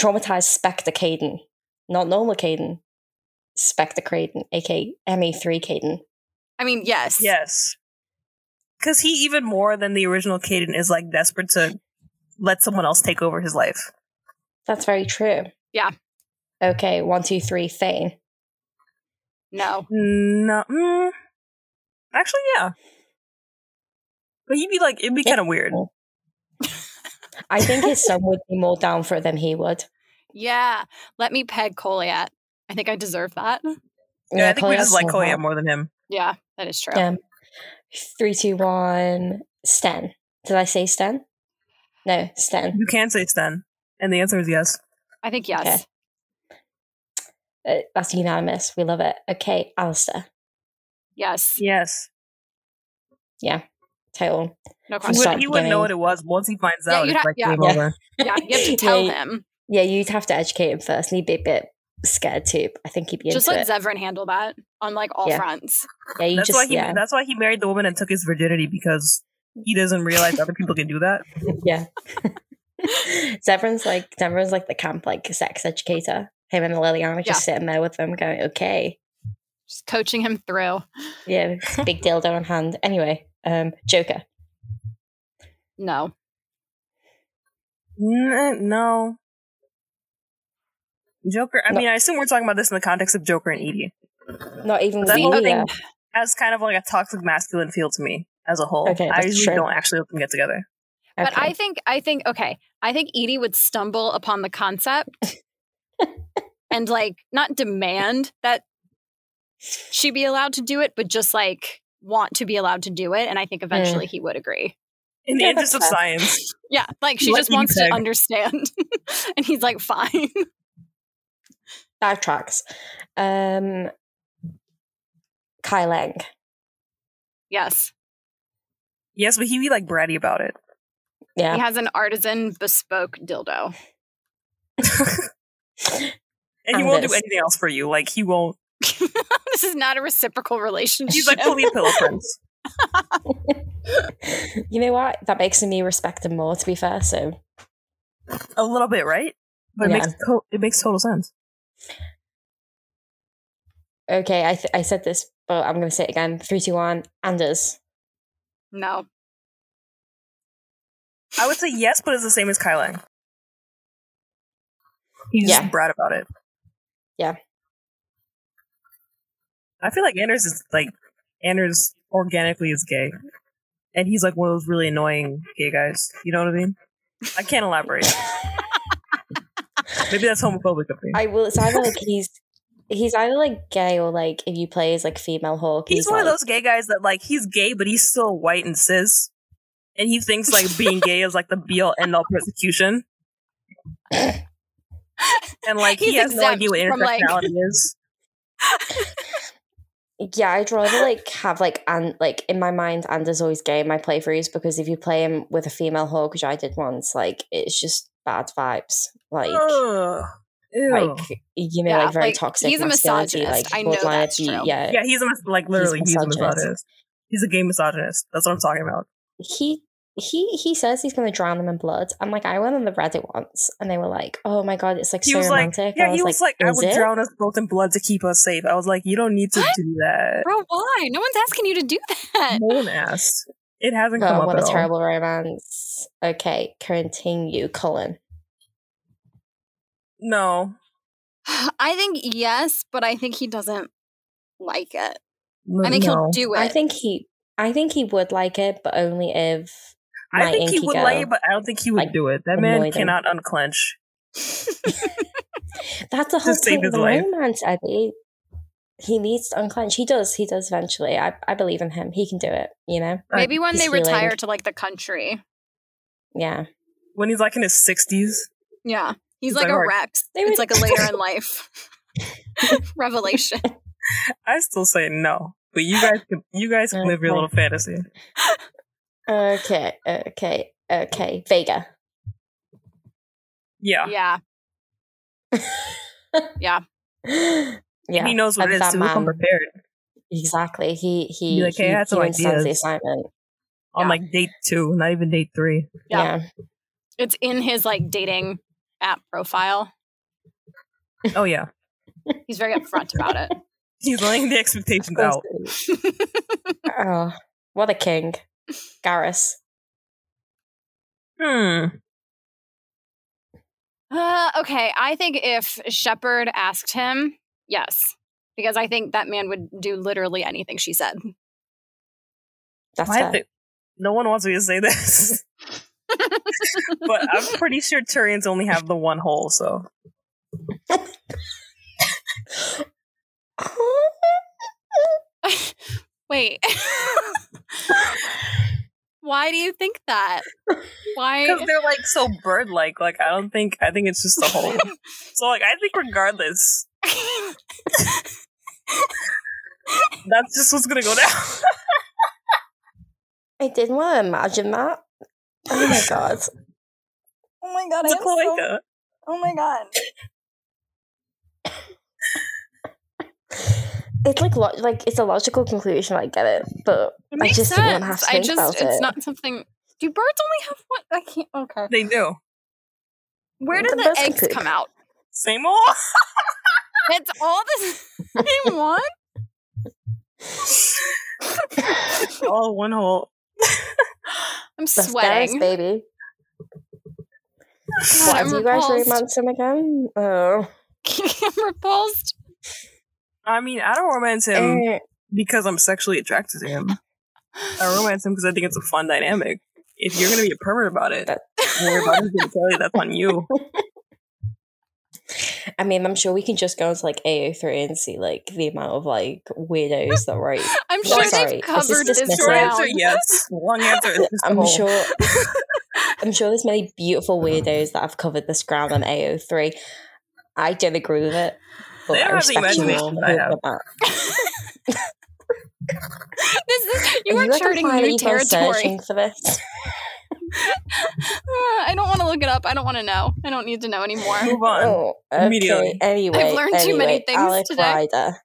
S1: Traumatized Spectre Caden. Not normal Caden. Spectre Caden, aka ME3 E Caden.
S2: I mean, yes.
S3: (laughs) yes. Cause he even more than the original Caden is like desperate to let someone else take over his life.
S1: That's very true.
S2: Yeah.
S1: Okay, one, two, three, Thane.
S2: No.
S3: No. Mm. Actually, yeah. But he'd be like, it'd be kind of weird.
S1: I think his son would be more down for it than he would.
S2: Yeah. Let me peg Coliat. I think I deserve that.
S3: (laughs) Yeah, I think we just like
S1: Collier.
S3: Koya more than him.
S2: Yeah, that is true.
S1: Yeah. Three, two, one, Sten. Did I say Sten? No, Sten.
S3: You can say Sten. And the answer is yes.
S2: I think yes.
S1: Okay.
S3: Mm-hmm.
S1: Uh, that's unanimous. We love it. Okay, Alistair.
S2: Yes.
S3: Yes.
S1: Total. (laughs)
S2: No
S1: From
S3: He,
S2: question.
S1: start
S3: would,
S1: to
S3: he wouldn't
S1: beginning.
S3: know what it was once he finds
S2: Yeah,
S3: out.
S2: you'd
S3: it's
S2: ha-
S3: like
S2: yeah.
S3: game
S1: Yeah.
S3: over.
S2: Yeah, you
S1: (laughs)
S2: have to tell
S1: Yeah,
S2: him.
S1: Yeah, you'd have to educate him first, and he'd be a bit scared too. But I think he'd be
S2: Just
S1: into
S2: let
S1: it.
S2: Zevran handle that on like all
S1: Yeah.
S2: fronts.
S1: Yeah, you
S3: That's
S1: just
S3: why he
S1: yeah,
S3: that's why he married the woman and took his virginity because he doesn't realize other people can do that.
S1: yeah. (laughs) Zevran's like Zevran's like the camp like sex educator. Him and Liliana are just sitting there with them, going, "Okay,
S2: Just coaching him through.
S1: yeah, it's a
S3: (laughs)
S1: big dildo in hand." Anyway, um, Joker.
S2: No.
S3: N- no. Joker. I
S1: No.
S3: mean, I assume we're talking about this in the context of Joker and Edie.
S1: Not even uh,
S3: That
S1: with
S3: whole
S1: you
S3: thing
S1: either.
S3: has kind of like a toxic masculine feel to me as a whole.
S1: Okay,
S3: I
S1: that's true.
S3: usually don't actually let them get together.
S2: But
S1: Okay.
S2: I think I think okay. I think Edie would stumble upon the concept and like not demand that she be allowed to do it, but just like want to be allowed to do it. And I
S1: Mm.
S2: think eventually he would agree.
S3: In the
S1: Yeah,
S3: interest of
S1: that's
S3: science.
S2: Yeah, like she
S3: Let
S2: just
S3: Edie
S2: wants
S3: peg.
S2: to understand, (laughs) and he's like, "Fine." (laughs)
S1: that tracks. Um, Kai Lang.
S2: yes,
S3: Yes, but he'd be like bratty about it.
S1: Yeah,
S2: he has an artisan bespoke dildo. (laughs)
S3: And he
S1: And
S3: won't do
S1: this.
S3: anything else for you. Like he won't
S2: this is not a reciprocal relationship.
S3: he's like
S1: (laughs)
S3: fully pillow prince.
S1: you know what? That makes me respect him more. To be fair, so
S3: A little bit, right? But
S1: Yeah.
S3: it makes to- it makes total sense.
S1: okay. I th- I said this, but I'm going to say it again. Three, two, one. Anders.
S2: no,
S3: I would say yes, but it's the same as Kylan. He's
S1: Yeah.
S3: just brat about it.
S1: Yeah.
S3: I feel like Anders is like Anders organically is gay, and he's like one of those really annoying gay guys. You know what I mean? I
S1: (laughs)
S3: can't elaborate. Maybe that's homophobic of me.
S1: I will. It's either like
S3: (laughs)
S1: he's he's either like gay or like if you play as like female hawk.
S3: he's one of
S1: like-
S3: those gay guys that like he's gay, but he's still white and cis, and he thinks like being gay is like the be all end all persecution. And like he
S2: He's
S3: has no idea what
S2: exempt from, like-
S3: intersectionality is.
S1: Yeah, I'd rather
S3: (laughs)
S1: like have like and like in my mind, Anders always gay in my playthroughs because if you play him with a female hawk, which I did once, like it's just bad vibes. Like,
S3: Ugh. Ew.
S1: like you know,
S2: Yeah,
S1: like very
S2: like,
S1: toxic.
S2: he's a
S1: masculinity,
S2: misogynist.
S1: Like,
S2: I know
S1: borderline
S2: that's
S1: abu-
S2: true.
S1: Yeah,
S3: yeah, he's a mis- like literally he's, a
S1: misogynist.
S3: misogynist. He's a gay misogynist. That's what I'm talking about.
S1: he he he says he's going to drown them in blood. I'm like, I went on the Reddit once, and they were like, "Oh my god, it's like
S3: He
S1: so
S3: was like,
S1: romantic."
S3: yeah,
S1: I
S3: he was like, I
S1: "Is
S3: would
S1: it?"
S3: drown us both in blood to keep us safe. I was like, you don't need to
S2: What?
S3: do that.
S2: Bro, why? No one's asking you to do that.
S3: No one asked. It hasn't come
S1: Oh,
S3: up
S1: what
S3: at
S1: a
S3: all.
S1: terrible romance. Okay, continue, Colin.
S3: No,
S2: (sighs) I think yes, but I think he doesn't like it.
S3: no,
S2: I think
S3: no.
S2: he'll do it.
S1: I think he, I think he would like it, but only if
S3: I
S1: my
S3: think he
S1: Yankee
S3: would like
S1: girl,
S3: it, but I don't think he would
S1: like,
S3: do it. That man
S1: annoyed him.
S3: cannot unclench.
S2: (laughs)
S1: that's the whole
S3: save
S1: point
S3: his
S1: of the
S3: life.
S1: romance, Eddie. He needs to unclench. He does. He does eventually. I, I believe in him. He can do it. You know.
S3: I-
S2: Maybe when
S1: he's
S2: they
S1: feeling-
S2: retire to like the country.
S1: Yeah.
S3: When he's like in his sixties,
S2: Yeah. He's
S3: He's
S2: like
S3: like,
S2: a
S3: "Alright."
S2: Rex.
S1: They
S2: It's
S1: would-
S2: like a later in life revelation.
S3: I still say no. But you guys, can, you
S1: (laughs)
S3: guys can live your
S1: Okay.
S3: little fantasy.
S1: Okay. Okay. Okay. Vega. (gasps)
S3: Yeah,
S2: Yeah.
S1: yeah.
S3: he knows what
S1: and
S3: it is
S1: that
S3: to look
S1: man-
S3: unprepared
S1: Exactly. He he
S3: Be like, "Hey,
S1: he,
S3: I
S1: he
S3: had some
S1: understands the
S3: ideas."
S1: assignment.
S3: on
S2: Yeah.
S3: like date two, not even date three.
S1: Yeah.
S2: Yeah. It's in his like dating app profile.
S3: Oh yeah, (laughs)
S2: He's very upfront about it.
S3: he's laying the expectations out. (laughs)
S1: oh, what a king, Garrus.
S3: Hmm.
S2: Uh, okay, I think if Shepard asked him, yes, because I think that man would do literally anything she said. (laughs)
S1: That's
S3: Why
S1: fair.
S3: the- no one wants me to
S1: (laughs)
S3: say this. but I'm pretty sure Turians only have the one
S1: (laughs)
S3: hole, so
S1: (gasps)
S3: (laughs)
S2: Wait, (laughs) why do you think that?
S3: because
S2: Why? (laughs)
S3: they're like so bird-like. Like I don't think I think it's just a
S1: (laughs)
S3: hole. so like I think regardless, that's just what's gonna go down. (laughs)
S1: I didn't want to imagine that. Oh my god.
S2: (laughs) Oh my god!
S3: it's a cloaca.
S2: oh my god!
S1: It's like lo- like it's a logical conclusion. I get it, but
S2: It
S1: I
S2: makes
S1: just didn't
S2: sense.
S1: have to
S2: I
S1: think
S2: just
S1: about
S2: it's
S1: it.
S2: not something. Do birds only have one? I can't. Okay,
S3: They do.
S2: where do
S1: The
S2: the
S1: birds can
S2: eggs
S1: poop.
S2: come out?
S3: Same hole. (laughs)
S2: It's all (laughs) the same one.
S3: All one hole.
S2: I'm
S1: That's Garrus,
S2: sweating.
S1: baby.
S2: God,
S1: What,
S2: I'm
S1: have you guys
S2: repulsed.
S1: romance him again? Oh.
S2: I'm repulsed. (laughs)
S3: I mean, I don't romance him
S1: Eh,
S3: because I'm sexually attracted to him. I romance him because I think it's a fun dynamic. If you're gonna be a pervert about it,
S1: That-
S3: your body's gonna tell you that's on
S1: (laughs)
S3: you.
S1: I mean, I'm sure we can just go into like AO3 and see like the amount of like weirdos that write.
S2: (laughs) I'm
S1: Well,
S2: sure
S1: sorry,
S2: they've
S1: this is
S2: covered this,
S1: dismissal.
S3: Short
S2: round.
S3: answer, yes. Long answer, it's just a
S1: I'm
S3: hole.
S1: sure. I'm sure there's many beautiful weirdos that have covered this ground on AO3. I don't agree with it. But
S3: They don't
S1: I
S3: have the
S1: respect you
S3: imagination
S1: all
S3: that I
S1: who
S3: have.
S1: did that.
S2: (laughs) this is you
S1: Are
S2: are,
S1: like,
S2: charting
S1: implying
S2: new
S1: that you've gone
S2: territory. (laughs)
S1: searching for this.
S2: Uh, I don't want to look it up. I don't want to know. I don't need to know anymore.
S3: Move on.
S1: Oh, okay.
S3: Immediately.
S1: Anyway,
S2: I've learned too many
S1: anyway,
S2: things
S1: Alec
S2: today.
S1: Ryder.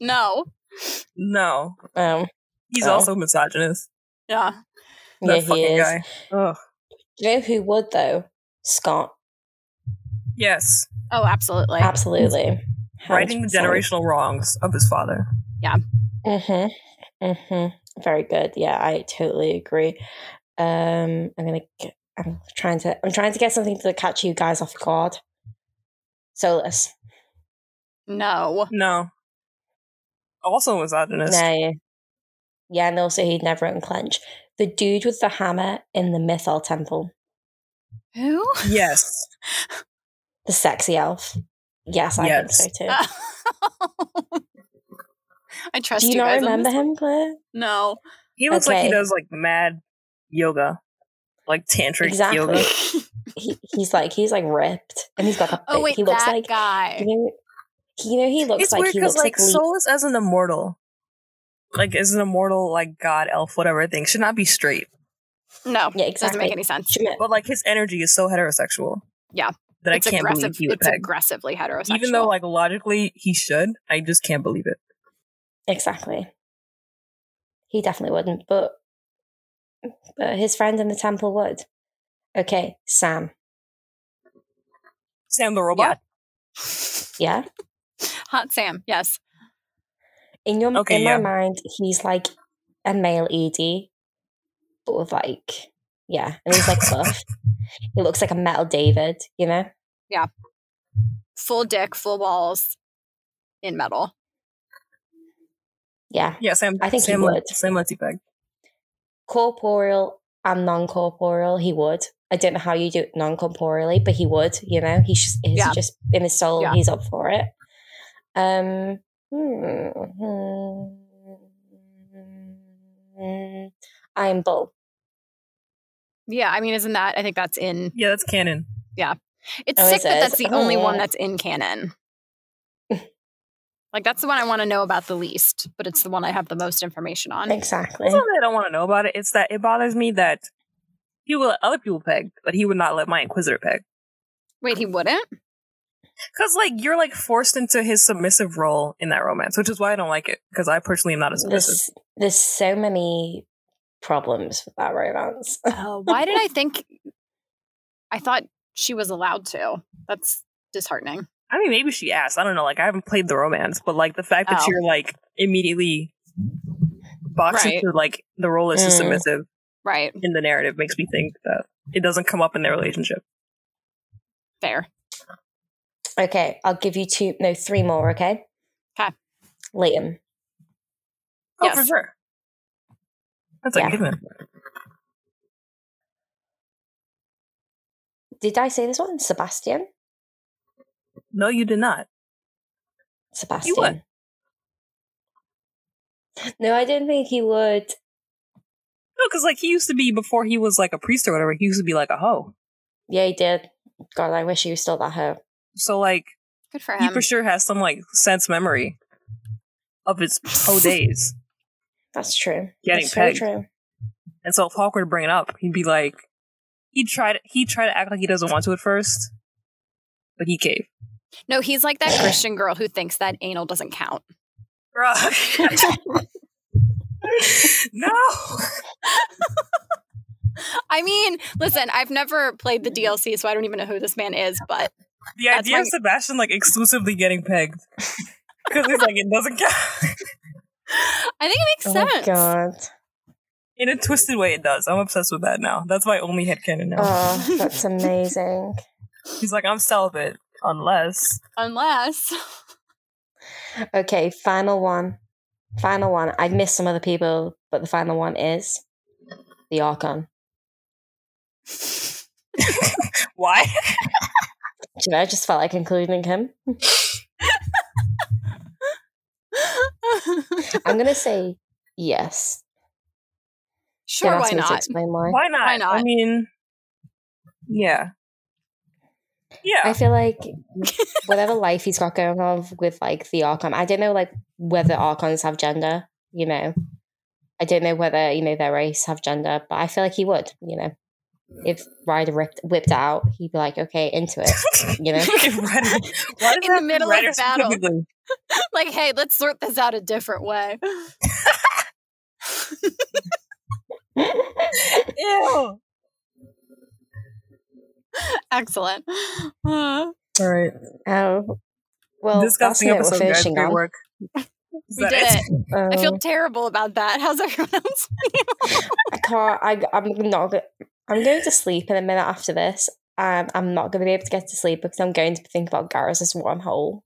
S2: No.
S3: No,
S1: Um,
S3: he's
S1: Oh.
S3: also misogynist.
S2: Yeah.
S1: yeah,
S3: That
S1: he
S3: fucking
S1: is.
S3: guy. Ugh.
S1: You know who would though? Scott.
S3: Yes,
S2: Oh, absolutely.
S1: Absolutely.
S3: righting the generational wrongs of his father.
S1: Mm-hmm. Mm-hmm. Very good. Yeah, I totally agree. Um, I'm gonna. Get, I'm trying to. I'm trying to get something to catch you guys off guard. So let's
S2: No.
S3: No. Also misogynist.
S1: No. Yeah, and also he'd never unclench. The dude with the hammer in the Mythal temple,
S2: Who?
S3: Yes.
S1: the sexy elf. Yes, I
S3: Yes.
S2: (laughs)
S1: think so too.
S2: I trust
S1: Do
S2: you,
S1: you not
S2: guys. on
S1: remember
S2: this.
S1: him, Claire?
S2: No.
S1: (laughs)
S3: He looks like he
S1: Okay.
S3: does like mad yoga. Like tantric
S1: Exactly.
S3: yoga.
S1: He, he's like he's like ripped, and he's got a.
S2: Oh wait,
S1: he looks
S2: that
S1: like
S2: guy.
S1: you know, he- you know he looks
S3: it's
S1: like
S3: weird
S1: he
S3: because
S1: looks
S3: like,
S1: like, Lee-
S3: Solus as an immortal, like as an immortal, like god, elf, whatever thing, should not be straight.
S2: No.
S1: yeah
S2: Doesn't
S1: exactly.
S2: make any sense.
S3: But like his energy is so heterosexual.
S2: Yeah.
S3: that
S2: it's
S3: I can't
S2: aggressive.
S3: believe he would
S2: it's
S3: peg.
S2: aggressively heterosexual.
S3: Even though like logically he should, I just can't believe it.
S1: Exactly. He definitely wouldn't, but but his friend in the temple would. Okay, Sam.
S3: Sam the robot.
S1: Yeah.
S2: (laughs) Hot Sam. Yes.
S1: In your
S3: Okay,
S1: in
S3: yeah.
S1: my mind, he's like a male ED, but with like yeah, and he's like
S3: (laughs)
S1: buff. He looks like a metal David, you know.
S2: Full dick, full balls, in metal.
S1: Yeah,
S3: Yeah, Sam.
S1: I think he
S3: Sam,
S1: would.
S3: Sam lets you peg.
S1: corporeal and non-corporeal. He would. I don't know how you do it non-corporeally, but he would. You know, he's just, he's
S2: Yeah.
S1: just in his soul.
S2: Yeah.
S1: He's up for it. Um. hmm. Iron Bull.
S2: Yeah, I mean, isn't that? I think that's in.
S3: Yeah, that's canon.
S2: It's
S1: Oh,
S2: sick
S1: is
S2: that
S1: it?
S2: that's the only
S1: Oh.
S2: one that's
S1: (laughs)
S2: in canon. like that's the one I want to know about the least, but it's the one I have the most information on.
S1: Exactly.
S3: It's not that I don't want to know about it. It's that it bothers me that he will let other people peg, but he would not let my inquisitor peg.
S2: Wait, he wouldn't?
S3: Because like you're like forced into his submissive role in that romance, which is why I don't like it. Because I personally am not a submissive.
S1: There's there's so many problems with that romance.
S2: Oh, why did I think? I thought she was allowed to. That's disheartening.
S3: I mean, maybe she asked. I don't know. Like I haven't played the romance, but like the fact that
S2: Oh.
S3: you're like immediately boxed
S2: Right.
S3: into like the role as the
S1: Mm.
S3: submissive
S2: Right.
S3: in the narrative makes me think that it doesn't come up in their relationship.
S2: Fair.
S1: Okay, I'll give you two, no, three more. Okay.
S2: 'Kay.
S1: Liam.
S3: Oh,
S2: Yes.
S3: for sure. That's
S1: Yeah.
S3: a given.
S1: Did I say this one? Sebastian.
S3: No, you did not.
S1: Sebastian.
S3: He would.
S1: No, I didn't think he would.
S3: No, because like he used to be before he was like a priest or whatever. He used to be like a hoe.
S1: Yeah, he did. God, I wish he was still that hoe.
S3: So like
S2: Good for
S3: he
S2: him.
S3: for sure has some like sense memory of his hoe days.
S1: That's true.
S3: Getting
S1: That's
S3: pegged.
S1: true.
S3: And so if Hawker would bring it up, he'd be like, he'd try to he'd try to act like he doesn't want to at first, but he cave.
S2: no, he's like
S1: (laughs)
S2: that Christian girl who thinks that anal doesn't count. (gasps)
S3: (laughs) no,
S2: I mean, listen, I've never played the DLC, so I don't even know who this man is, but
S3: the
S2: That's
S3: idea
S2: my-
S3: of Sebastian like exclusively getting pegged (laughs) because he's like it doesn't count.
S2: I think it makes
S1: Oh my (laughs)
S2: sense.
S1: god.
S3: In a twisted way, it does. I'm obsessed with that now. That's my only headcanon now.
S2: Uh.
S1: Oh, that's amazing.
S3: he's like, I'm celibate unless
S2: Unless (laughs)
S1: Okay, final one. Final one. I missed some other people, but the final one is the Archon.
S3: why?
S1: Do you know, I just felt like including him.
S2: (laughs)
S1: I'm gonna say yes.
S2: Sure,
S1: Don't
S2: why
S1: ask me to
S2: not?
S1: explain why.
S3: Why not?
S2: (laughs) Why not?
S3: I mean, yeah, yeah.
S1: I feel
S3: (laughs)
S1: like whatever life he's got going on with like the Archon, I don't know like whether Archons have gender, you know. I don't know whether, you know, their race have gender, but I feel like he would, you know. If Ryder ripped, whipped out, he'd be like, okay, into it, you
S3: (laughs)
S1: know?
S3: If Ryder- why does
S2: In the
S3: it have to be
S2: middle of
S3: Ryder
S2: battle.
S3: specifically?
S2: (laughs) like, hey, let's sort this out a different way. (laughs)
S3: (laughs)
S1: (laughs)
S3: Ew.
S2: Excellent. (sighs) Uh,
S3: All right.
S1: oh. Well,
S3: Disgusting
S1: that's it.
S3: episode,
S1: We're
S3: guys.
S1: finishing
S3: Great
S1: on.
S3: work. Is
S2: we
S3: that
S2: did it. I
S1: Oh,
S2: feel terrible about that. (laughs) How's everyone else?
S1: I can't, I, I'm not, go- I'm going to sleep in a minute after this um, I'm not going to be able to get to sleep because I'm going to think about Garrus's wormhole.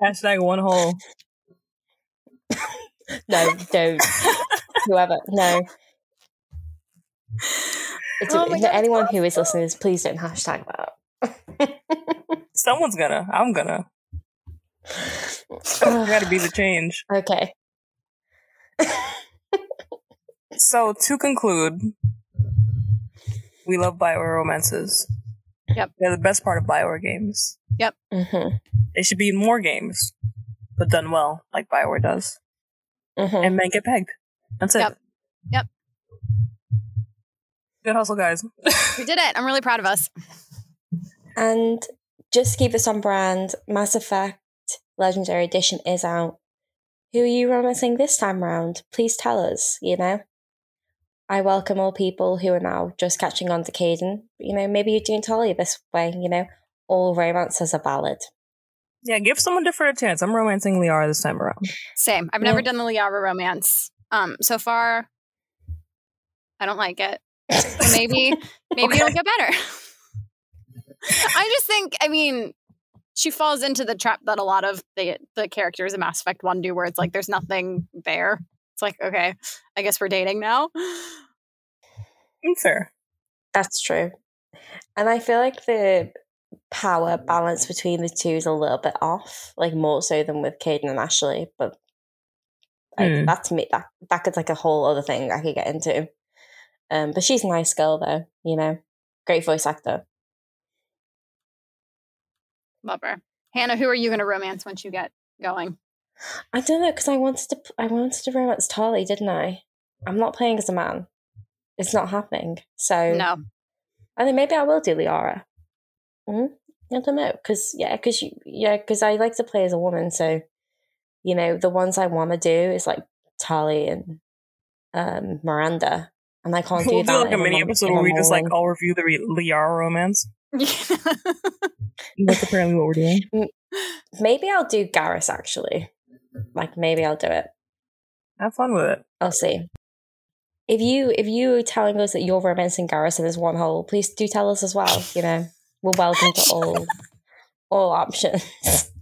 S3: Hashtag one hole.
S1: No, don't. Whoever, no. Do-
S2: Oh my
S1: no,
S2: God,
S1: anyone who is listening to this, please don't hashtag that.
S3: Someone's gonna. I'm gonna.
S2: Oh.
S3: I
S1: Ugh,
S3: gotta be the change.
S1: (sighs) okay.
S3: So to conclude, we love bioromances.
S2: Yep.
S3: They're the best part of bioware games.
S1: Mm-hmm,
S3: They should be in more games, but done well, like Bioware does.
S1: mm-hmm.
S3: And men get pegged. That's it.
S2: Yep. Yep.
S3: Good hustle, guys.
S2: We did it. I'm really proud of us.
S1: And just to keep this on brand, Mass Effect Legendary Edition is out. Who are you romancing this time round? Please tell us, you know? I welcome all people who are now just catching on to Caden. You know, maybe you don't totally this way, you know? All romances are (laughs) valid.
S3: yeah, give someone different a chance. I'm romancing Liara this time around.
S2: Same. I've never done the Liara romance. Um, so far, I don't like it. So maybe, maybe it'll get better. (laughs) I just think, I mean, she falls into the trap that a lot of the the characters in Mass Effect One do, where it's like there's nothing there. It's like, okay, I guess we're dating now. (sighs)
S3: Fair.
S1: That's true. And I feel like the power balance between the two is a little bit off, like more so than with Caden and Ashley. But like,
S3: Hmm.
S1: that to me, that that could like a whole other thing I could get into. Um, but she's a nice girl though, you know, great voice actor.
S2: Love her, Hannah. Who are you going to romance once you get going?
S1: I don't know because I wanted to, I wanted to romance Tali, didn't I? I'm not playing as a man. It's not happening. So
S2: No,
S1: I think maybe I will do Liara. Mm? I don't know, because yeah, because you yeah, because I like to play as a woman, so you know the ones I want to do is like Tali and um, Miranda, and I can't
S3: (laughs) We'll
S1: do that.
S3: do like
S1: if
S3: a
S1: I'm
S3: mini
S1: on-
S3: episode
S1: if
S3: where
S1: I'm
S3: we just like
S1: rolling.
S3: all review the re- Liara romance. That's apparently what we're doing.
S1: maybe I'll do Garrus actually. Like maybe I'll do it.
S3: Have fun with it.
S1: I'll see. If you if you are telling us that you're romancing Garrus in this one hole, please do tell us as well. You know, we're welcome to all all options. (laughs)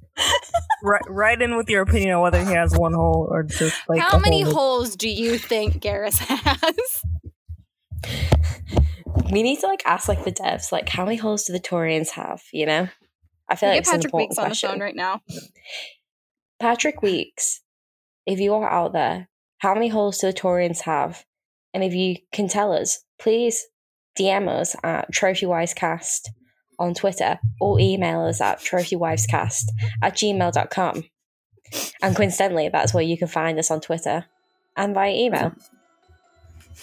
S3: Right, right in with your opinion on whether he has one hole or just
S2: (laughs)
S3: like
S2: How
S3: a
S2: many
S3: hole.
S2: holes do you think Garrus has?
S1: we need to like ask like the devs like how many holes do the Torians have? You know, I feel like
S2: (laughs)
S1: it's
S2: Get
S1: an
S2: Patrick
S1: important
S2: Weeks on the
S1: question.
S2: phone right now.
S1: Patrick Weeks, if you are out there, how many holes do the Torians have? And if you can tell us, please DM us at TrophyWivesCast on Twitter or email us at TrophyWivesCast at gmail.com. And coincidentally, that's where you can find us on Twitter and by email.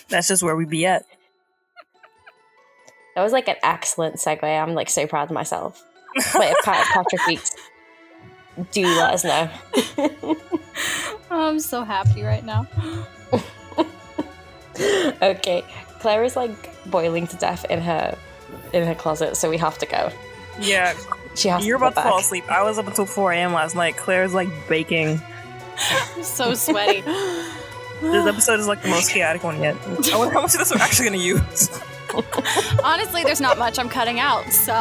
S3: That's just where we be at.
S1: That was like an excellent segue. I'm like so proud of
S3: (laughs)
S1: myself. Wait, if Pat- Patrick Weeks, do let us know.
S2: Oh, I'm so happy right now. (laughs)
S1: okay, Claire is like boiling to death in her in her closet, so we have to go.
S3: Yeah,
S1: She has.
S3: you're
S1: to go
S3: about to fall
S1: back.
S3: asleep. I was up until 4 a.m. last night. Claire's like baking.
S2: I'm so sweaty. (gasps)
S3: This episode is like the most chaotic one yet. I wonder how much of this we're actually gonna use.
S2: (sighs) Honestly, there's not much I'm cutting out, so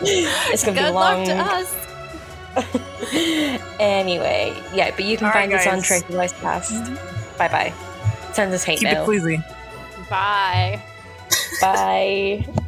S1: It's gonna
S2: good
S1: be long.
S2: luck to us.
S1: anyway, yeah, but you can
S3: All right,
S1: find us on
S3: guys. Mm-hmm.
S1: Trophy Life Cast. Bye bye. Send us hate
S3: Keep it
S1: mail.
S3: pleasing.
S2: Bye.
S1: Bye.